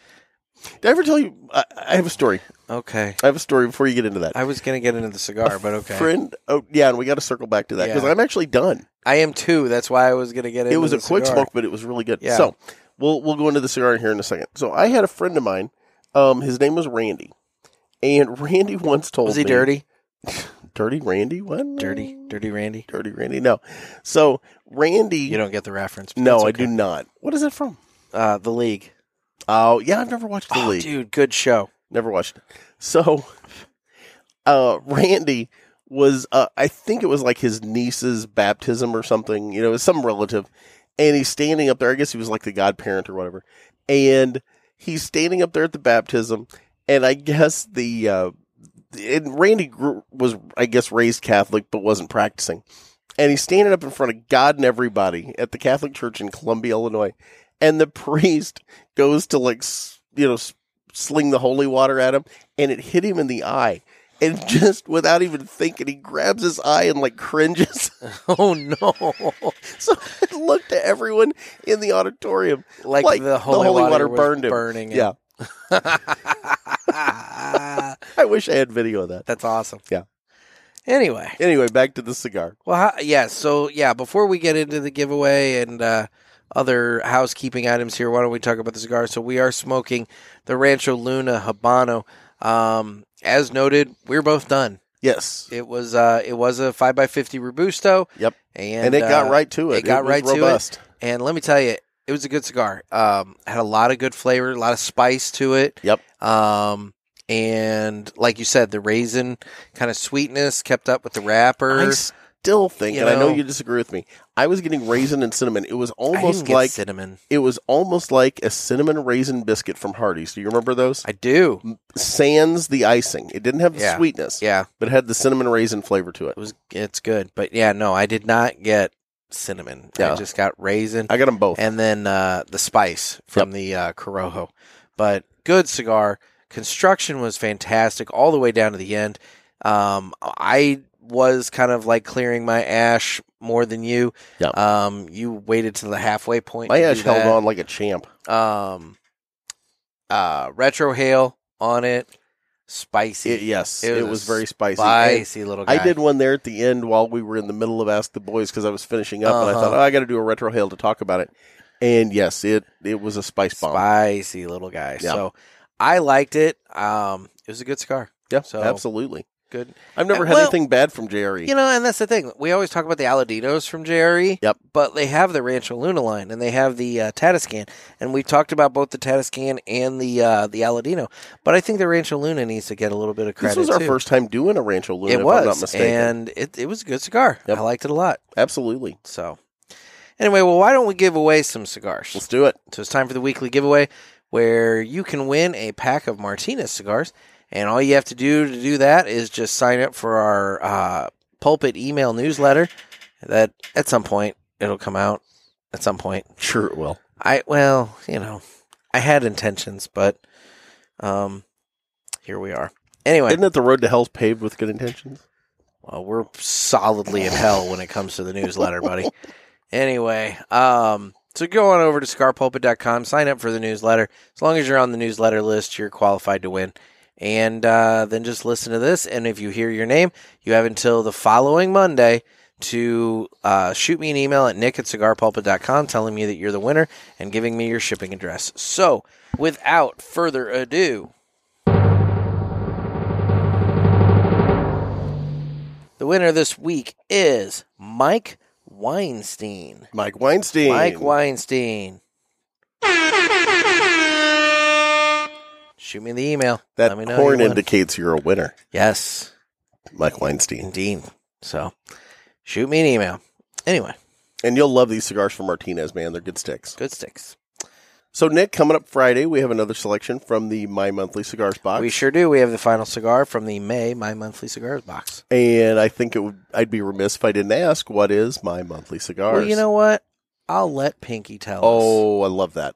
Speaker 3: Did I ever tell you? I, I have a story.
Speaker 2: Okay.
Speaker 3: I have a story before you get into that.
Speaker 2: I was going to get into the cigar, but okay.
Speaker 3: Friend, oh, yeah, and we got to circle back to that because
Speaker 2: Yeah.
Speaker 3: I'm actually done.
Speaker 2: I am too. That's why I was going to get into
Speaker 3: it was
Speaker 2: the
Speaker 3: a quick
Speaker 2: cigar.
Speaker 3: smoke, but it was really good.
Speaker 2: Yeah.
Speaker 3: So we'll we'll go into the cigar here in a second. So I had a friend of mine. Um, his name was Randy, and [laughs] Randy once told
Speaker 2: Was he
Speaker 3: me-
Speaker 2: dirty?
Speaker 3: Dirty Randy? What?
Speaker 2: Dirty, dirty Randy.
Speaker 3: Dirty Randy? No. So Randy,
Speaker 2: You don't get the reference. but
Speaker 3: no,
Speaker 2: that's
Speaker 3: I
Speaker 2: okay.
Speaker 3: do not. What is that from?
Speaker 2: Uh, the League.
Speaker 3: Oh, yeah, I've never watched the
Speaker 2: Oh,
Speaker 3: league.
Speaker 2: dude, good show.
Speaker 3: Never watched it. So, [laughs] uh, Randy was, uh, I think it was like his niece's baptism or something, you know, it was some relative. And he's standing up there. I guess he was like the godparent or whatever. And he's standing up there at the baptism. And I guess the, uh, and Randy grew, was, I guess, raised Catholic, but wasn't practicing. And he's standing up in front of God and everybody at the Catholic Church in Columbia, Illinois. And the [laughs] priest goes to, like, s- you know, s- sling the holy water at him, and it hit him in the eye. And [laughs] just without even thinking, he grabs his eye and, like, cringes. [laughs]
Speaker 2: Oh no!
Speaker 3: so I looked at everyone in the auditorium.
Speaker 2: Like, the holy, water, was
Speaker 3: burned him.
Speaker 2: burning.
Speaker 3: Yeah.
Speaker 2: him. Ah,
Speaker 3: I wish I had video of
Speaker 2: [laughs]
Speaker 3: that.
Speaker 2: that's awesome.
Speaker 3: Yeah.
Speaker 2: Anyway,
Speaker 3: Anyway, back to the cigar.
Speaker 2: well, how, yeah. So yeah, before we get into the giveaway and uh, other housekeeping items here, why don't we talk about the cigar? So we are smoking the Rancho Luna Habano. Um, as noted, we're both done.
Speaker 3: Yes.
Speaker 2: It was uh, it was a five x fifty robusto.
Speaker 3: Yep.
Speaker 2: and,
Speaker 3: And, it got
Speaker 2: uh,
Speaker 3: right to it.
Speaker 2: It got
Speaker 3: was
Speaker 2: right
Speaker 3: robust.
Speaker 2: to it. And let me tell you, it was a good cigar. Um, had a lot of good flavor, a lot of spice to it.
Speaker 3: Yep.
Speaker 2: Um, and like you said, the raisin kind of sweetness kept up with the wrapper.
Speaker 3: I still think,
Speaker 2: you
Speaker 3: and I know
Speaker 2: know.
Speaker 3: you disagree with me. I was getting raisin and cinnamon. It was
Speaker 2: I
Speaker 3: almost
Speaker 2: didn't get
Speaker 3: like
Speaker 2: cinnamon.
Speaker 3: it was almost like a cinnamon raisin biscuit from Hardee's. Do you remember those?
Speaker 2: I do.
Speaker 3: Sans the icing. It didn't have the
Speaker 2: Yeah.
Speaker 3: sweetness,
Speaker 2: Yeah,
Speaker 3: but it had the cinnamon raisin flavor to it.
Speaker 2: it was. It's good, but yeah, no, I did not get cinnamon. I
Speaker 3: Yeah.
Speaker 2: just got raisin.
Speaker 3: I got them both.
Speaker 2: and then uh, the spice from the uh, Corojo. But good cigar. Construction was fantastic all the way down to the end. Um, I was kind of like clearing my ash more than you.
Speaker 3: Yeah.
Speaker 2: Um, you waited to the halfway point.
Speaker 3: My
Speaker 2: to
Speaker 3: ash
Speaker 2: do
Speaker 3: held
Speaker 2: that.
Speaker 3: on like a champ.
Speaker 2: Um, uh, retro hail on it. Spicy.
Speaker 3: It, yes,
Speaker 2: It
Speaker 3: it,
Speaker 2: was
Speaker 3: was
Speaker 2: a oh,
Speaker 3: very spicy. And
Speaker 2: Spicy little guy.
Speaker 3: I did one there at the end while we were in the middle of Ask the Boys because I was finishing up, and I
Speaker 2: Uh-huh.
Speaker 3: thought, oh, I got to do a retro hail to talk about it. And yes, it it was a spice bomb.
Speaker 2: Spicy little guy.
Speaker 3: Yeah.
Speaker 2: So I liked it. Um, it was a good cigar.
Speaker 3: Yeah,
Speaker 2: So-
Speaker 3: absolutely.
Speaker 2: Good.
Speaker 3: I've never
Speaker 2: Uh,
Speaker 3: had
Speaker 2: well,
Speaker 3: anything bad from E. JRE.
Speaker 2: You know, and that's the thing. We always talk about the Aladinos from JRE.
Speaker 3: Yep.
Speaker 2: But they have the Rancho Luna line and they have the uh, Tatiscan. And we've talked about both the Tatiscan and the uh, the Aladino. But I think the Rancho Luna needs to get a little bit of
Speaker 3: this
Speaker 2: credit.
Speaker 3: was our
Speaker 2: too.
Speaker 3: first time doing a Rancho Luna,
Speaker 2: It
Speaker 3: if
Speaker 2: was.
Speaker 3: I'm not mistaken.
Speaker 2: And it, it was a good cigar.
Speaker 3: Yep.
Speaker 2: I liked it a lot.
Speaker 3: absolutely.
Speaker 2: So, anyway, well, why don't we give away some cigars?
Speaker 3: Let's do it.
Speaker 2: So it's time for the weekly giveaway where you can win a pack of Martinez cigars. And all you have to do to do that is just sign up for our uh, pulpit email newsletter that at some point it'll come out. At some point.
Speaker 3: Sure, it will.
Speaker 2: I, well, you know, I had intentions, but um, here we are. Anyway,
Speaker 3: Isn't it the road to hell's paved with good intentions?
Speaker 2: well, we're solidly in hell when it comes to the newsletter, buddy. Anyway, um, So go on over to scarpulpit.com, sign up for the newsletter. As long as you're on the newsletter list, you're qualified to win. And uh, then just listen to this. And if you hear your name, you have until the following Monday to uh, shoot me an email at nick at cigarpulpit.com telling me that you're the winner and giving me your shipping address. So without further ado, the winner this week is Mike Weinstein.
Speaker 3: Mike Weinstein.
Speaker 2: Mike Weinstein. Shoot me the email.
Speaker 3: That
Speaker 2: Let me know
Speaker 3: horn
Speaker 2: you won.
Speaker 3: indicates you're a winner,
Speaker 2: Yes,
Speaker 3: Mike Weinstein.
Speaker 2: indeed. So shoot me an email. Anyway,
Speaker 3: And you'll love these cigars from Martinez, man. They're good sticks.
Speaker 2: good sticks.
Speaker 3: So, Nick, coming up Friday, we have another selection from the My Monthly Cigars box.
Speaker 2: We sure do. We have the final cigar from the May My Monthly Cigars box.
Speaker 3: and I think it would, I'd be remiss if I didn't ask, what is My Monthly Cigars?
Speaker 2: Well, you know what? I'll let Pinky tell us.
Speaker 3: Oh, I love that.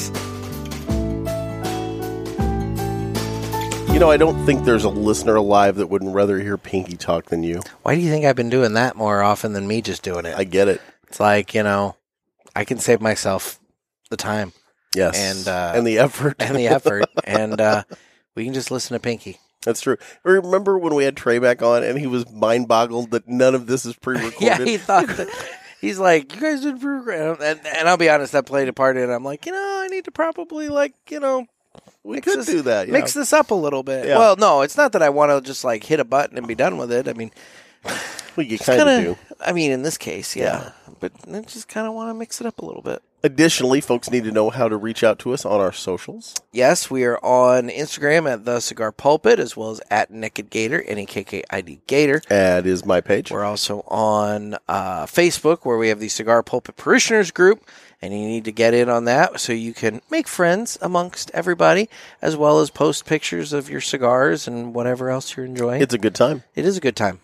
Speaker 3: You know, I don't think there's a listener alive that wouldn't rather hear Pinky talk than you.
Speaker 2: Why do you think I've been doing that more often than me just doing it?
Speaker 3: I get it.
Speaker 2: It's like, you know, I can save myself the time [laughs]
Speaker 3: Yes.
Speaker 2: And, uh,
Speaker 3: and the effort.
Speaker 2: and the effort, and uh, we can just listen to Pinky.
Speaker 3: [laughs] That's true. Remember when we had Trey back on and he was mind boggled that none of this is
Speaker 2: [laughs]
Speaker 3: pre
Speaker 2: Yeah,
Speaker 3: recorded?
Speaker 2: he thought that. [laughs] He's like, you guys did program, and, and I'll be honest, that played a part in. it. I'm like, you know, I need to probably like, you know,
Speaker 3: we
Speaker 2: mix
Speaker 3: could
Speaker 2: this-
Speaker 3: do that. Yeah.
Speaker 2: mix this up a little bit.
Speaker 3: Yeah.
Speaker 2: Well, no, it's not that I want to just like hit a button and be done with it. I mean,
Speaker 3: well, you
Speaker 2: kind
Speaker 3: kind of do.
Speaker 2: of. I mean, in this case, yeah, but I just kind of want to mix it up a little bit.
Speaker 3: Additionally, folks need to know how to reach out to us on our socials.
Speaker 2: Yes, we are on Instagram at the Cigar Pulpit as well as at Naked Gator, N E K K I D Gator.
Speaker 3: That is my page.
Speaker 2: We're also on uh, Facebook where we have the Cigar Pulpit Parishioners group, and you need to get in on that so you can make friends amongst everybody, as well as post pictures of your cigars and whatever else you're enjoying.
Speaker 3: It's a good time.
Speaker 2: It is a good time.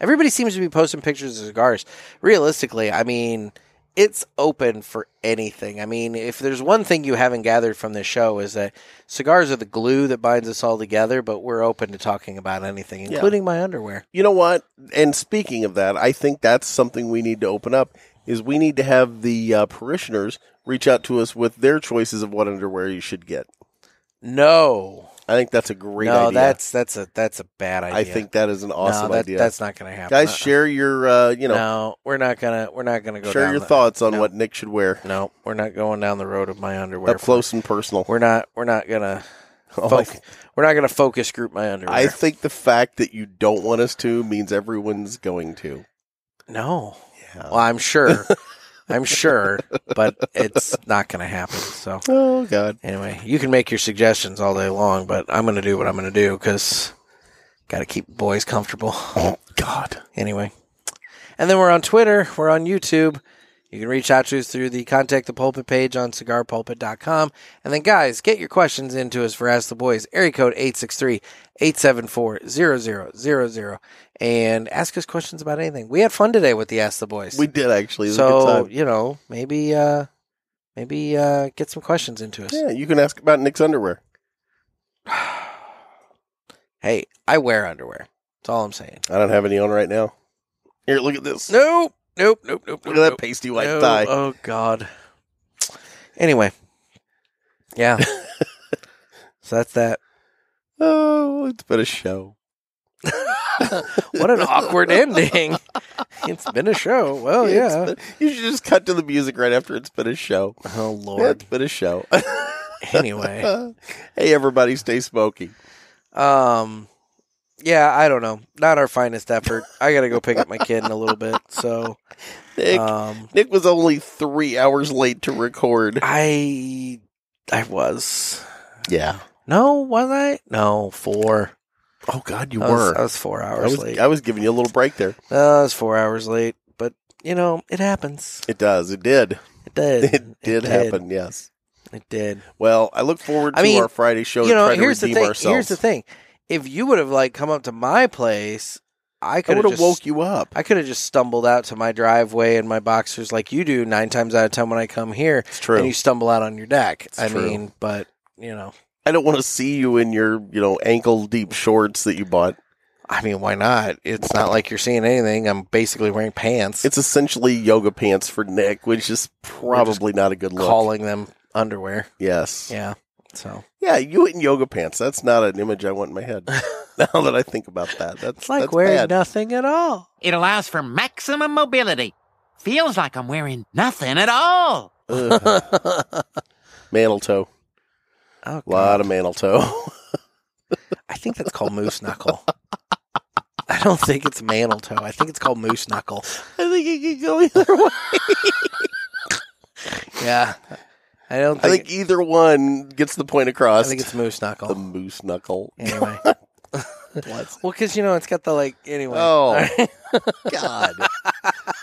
Speaker 2: Everybody seems to be posting pictures of cigars. Realistically, I mean, it's open for anything. I mean, if there's one thing you haven't gathered from this show is that cigars are the glue that binds us all together, but we're open to talking about anything,
Speaker 3: Yeah.
Speaker 2: including my underwear.
Speaker 3: You know what? And speaking of that, I think that's something we need to open up. Is we need to have the uh, parishioners reach out to us with their choices of what underwear you should get.
Speaker 2: No.
Speaker 3: I think that's a great
Speaker 2: no,
Speaker 3: idea.
Speaker 2: that's that's a that's a bad idea.
Speaker 3: I think that is an
Speaker 2: No,
Speaker 3: awesome
Speaker 2: that-
Speaker 3: idea.
Speaker 2: That's not going to happen.
Speaker 3: Guys,
Speaker 2: Uh-uh.
Speaker 3: share your uh, you know
Speaker 2: no, we're not gonna we're not gonna go.
Speaker 3: share
Speaker 2: down
Speaker 3: your
Speaker 2: the-
Speaker 3: thoughts on
Speaker 2: no.
Speaker 3: what Nick should wear
Speaker 2: No, we're not going down the road of my underwear.
Speaker 3: up close and personal. [laughs]
Speaker 2: We're not we're not gonna.
Speaker 3: Oh,
Speaker 2: Foc- We're not gonna focus group my underwear.
Speaker 3: I think the fact that you don't want us to means everyone's going to.
Speaker 2: No.
Speaker 3: Yeah.
Speaker 2: Well, I'm sure. I'm sure, but it's not going to happen. So,
Speaker 3: Oh God.
Speaker 2: anyway, you can make your suggestions all day long, but I'm going to do what I'm going to do because got to keep boys comfortable.
Speaker 3: Oh God.
Speaker 2: Anyway. And then we're on Twitter, we're on YouTube. You can reach out to us through the Contact the Pulpit page on cigarpulpit.com. And then, guys, get your questions into us for Ask the Boys, area code 863 874 0000. And ask us questions about anything. We had fun today with the Ask the Boys
Speaker 3: We did actually. It was a
Speaker 2: so
Speaker 3: good time.
Speaker 2: you know maybe uh maybe uh get some questions into us
Speaker 3: Yeah, you can ask about Nick's underwear.
Speaker 2: [sighs] hey i wear underwear that's all i'm saying
Speaker 3: I don't have any on right now. Here, look at this.
Speaker 2: nope nope nope nope nope,
Speaker 3: Look at that
Speaker 2: nope.
Speaker 3: pasty white
Speaker 2: No.
Speaker 3: thigh.
Speaker 2: oh god anyway [laughs] yeah so that's that
Speaker 3: Oh, it's been a show.
Speaker 2: [laughs] what an
Speaker 3: [laughs]
Speaker 2: awkward ending [laughs] it's been a show well
Speaker 3: It's
Speaker 2: yeah
Speaker 3: been- you should just cut to the music right after it's been a show.
Speaker 2: oh
Speaker 3: It's
Speaker 2: [laughs] lord
Speaker 3: been a show. [laughs]
Speaker 2: anyway
Speaker 3: hey, everybody, stay smoky.
Speaker 2: um yeah i don't know not our finest effort i gotta go pick up my kid in a little bit [laughs] so
Speaker 3: Nick,
Speaker 2: um
Speaker 3: Nick was only three hours late to record.
Speaker 2: I I was.
Speaker 3: Yeah.
Speaker 2: No, was I? No, four.
Speaker 3: Oh God, you
Speaker 2: I was,
Speaker 3: were.
Speaker 2: I was four
Speaker 3: I
Speaker 2: hours
Speaker 3: was,
Speaker 2: late. Uh,
Speaker 3: I was giving you a little break there.
Speaker 2: I was four hours late, but you know it happens.
Speaker 3: It does. It did.
Speaker 2: It It did.
Speaker 3: [laughs] It did happen, yes.
Speaker 2: It did.
Speaker 3: Well, I look forward to
Speaker 2: I mean,
Speaker 3: our Friday show
Speaker 2: you know,
Speaker 3: to try
Speaker 2: here's the
Speaker 3: to redeem
Speaker 2: thing.
Speaker 3: ourselves.
Speaker 2: Here's the thing. If you would have like come up to my place, I could have
Speaker 3: would've
Speaker 2: just-
Speaker 3: woke you up.
Speaker 2: I could have just stumbled out to my driveway and my boxers like you do nine times out of ten when I come here. It's
Speaker 3: true.
Speaker 2: And you stumble out on your deck. I
Speaker 3: true.
Speaker 2: mean, but you know,
Speaker 3: I don't want to see you in your, you know, ankle deep shorts that you bought.
Speaker 2: I mean, why not? It's not like you're seeing anything. I'm basically wearing pants.
Speaker 3: It's essentially yoga pants for Nick, which is probably not a good look.
Speaker 2: calling them underwear.
Speaker 3: Yes.
Speaker 2: Yeah. So
Speaker 3: Yeah, you in yoga pants. That's not an image I want in my
Speaker 2: [laughs]
Speaker 3: head. now that I think about that, that's
Speaker 2: it's like
Speaker 3: that's
Speaker 2: wearing
Speaker 3: bad.
Speaker 2: nothing at all.
Speaker 13: It allows for maximum mobility. Feels like I'm wearing nothing at all.
Speaker 2: [laughs]
Speaker 3: Ugh. mantle toe.
Speaker 2: A
Speaker 3: lot of mantle toe.
Speaker 2: Oh,
Speaker 3: [laughs]
Speaker 2: I think that's called moose knuckle. I don't think it's mantle toe. I think it's called moose knuckle.
Speaker 3: I think you could go either way.
Speaker 2: [laughs] Yeah. I don't
Speaker 3: I
Speaker 2: think,
Speaker 3: think either one gets the point across.
Speaker 2: I think it's moose knuckle.
Speaker 3: the moose knuckle. [laughs]
Speaker 2: Anyway.
Speaker 3: What?
Speaker 2: Well, because you know it's got the like anyway.
Speaker 3: Oh God!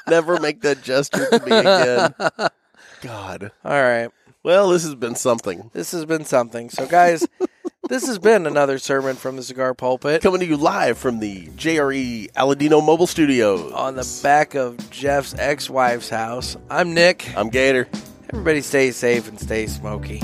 Speaker 3: Never make that gesture to me again. God.
Speaker 2: All right.
Speaker 3: Well, this has been something.
Speaker 2: This has been something. So, guys, this has been another sermon from the cigar pulpit
Speaker 3: Coming to you live from the JRE Aladino Mobile Studios.
Speaker 2: on the back of Jeff's ex-wife's house. I'm Nick.
Speaker 3: I'm Gator.
Speaker 2: Everybody, stay safe and stay smoky.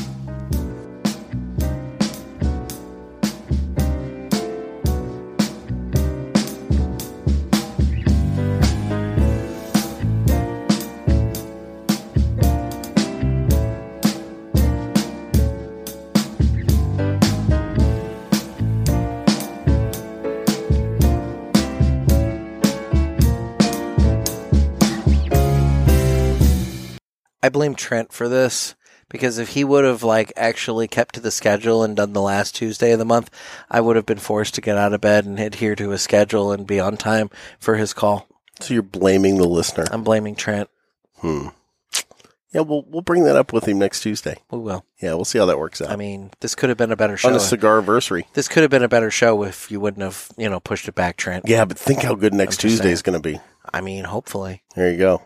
Speaker 2: I blame Trent for this because if he would have like actually kept to the schedule and done the last Tuesday of the month, I would have been forced to get out of bed and adhere to his schedule and be on time for his call.
Speaker 3: So you're blaming the listener.
Speaker 2: I'm blaming Trent.
Speaker 3: Hmm. Yeah, we'll we'll bring that up with him next Tuesday.
Speaker 2: We will.
Speaker 3: Yeah, we'll see how that works out.
Speaker 2: I mean, this could have been a better show.
Speaker 3: on the cigar anniversary.
Speaker 2: this could have been a better show if you wouldn't have, you know, pushed it back, Trent.
Speaker 3: Yeah, but think how good next
Speaker 2: I'm just
Speaker 3: Tuesday is
Speaker 2: saying.
Speaker 3: going to be.
Speaker 2: I mean, hopefully.
Speaker 3: There you go.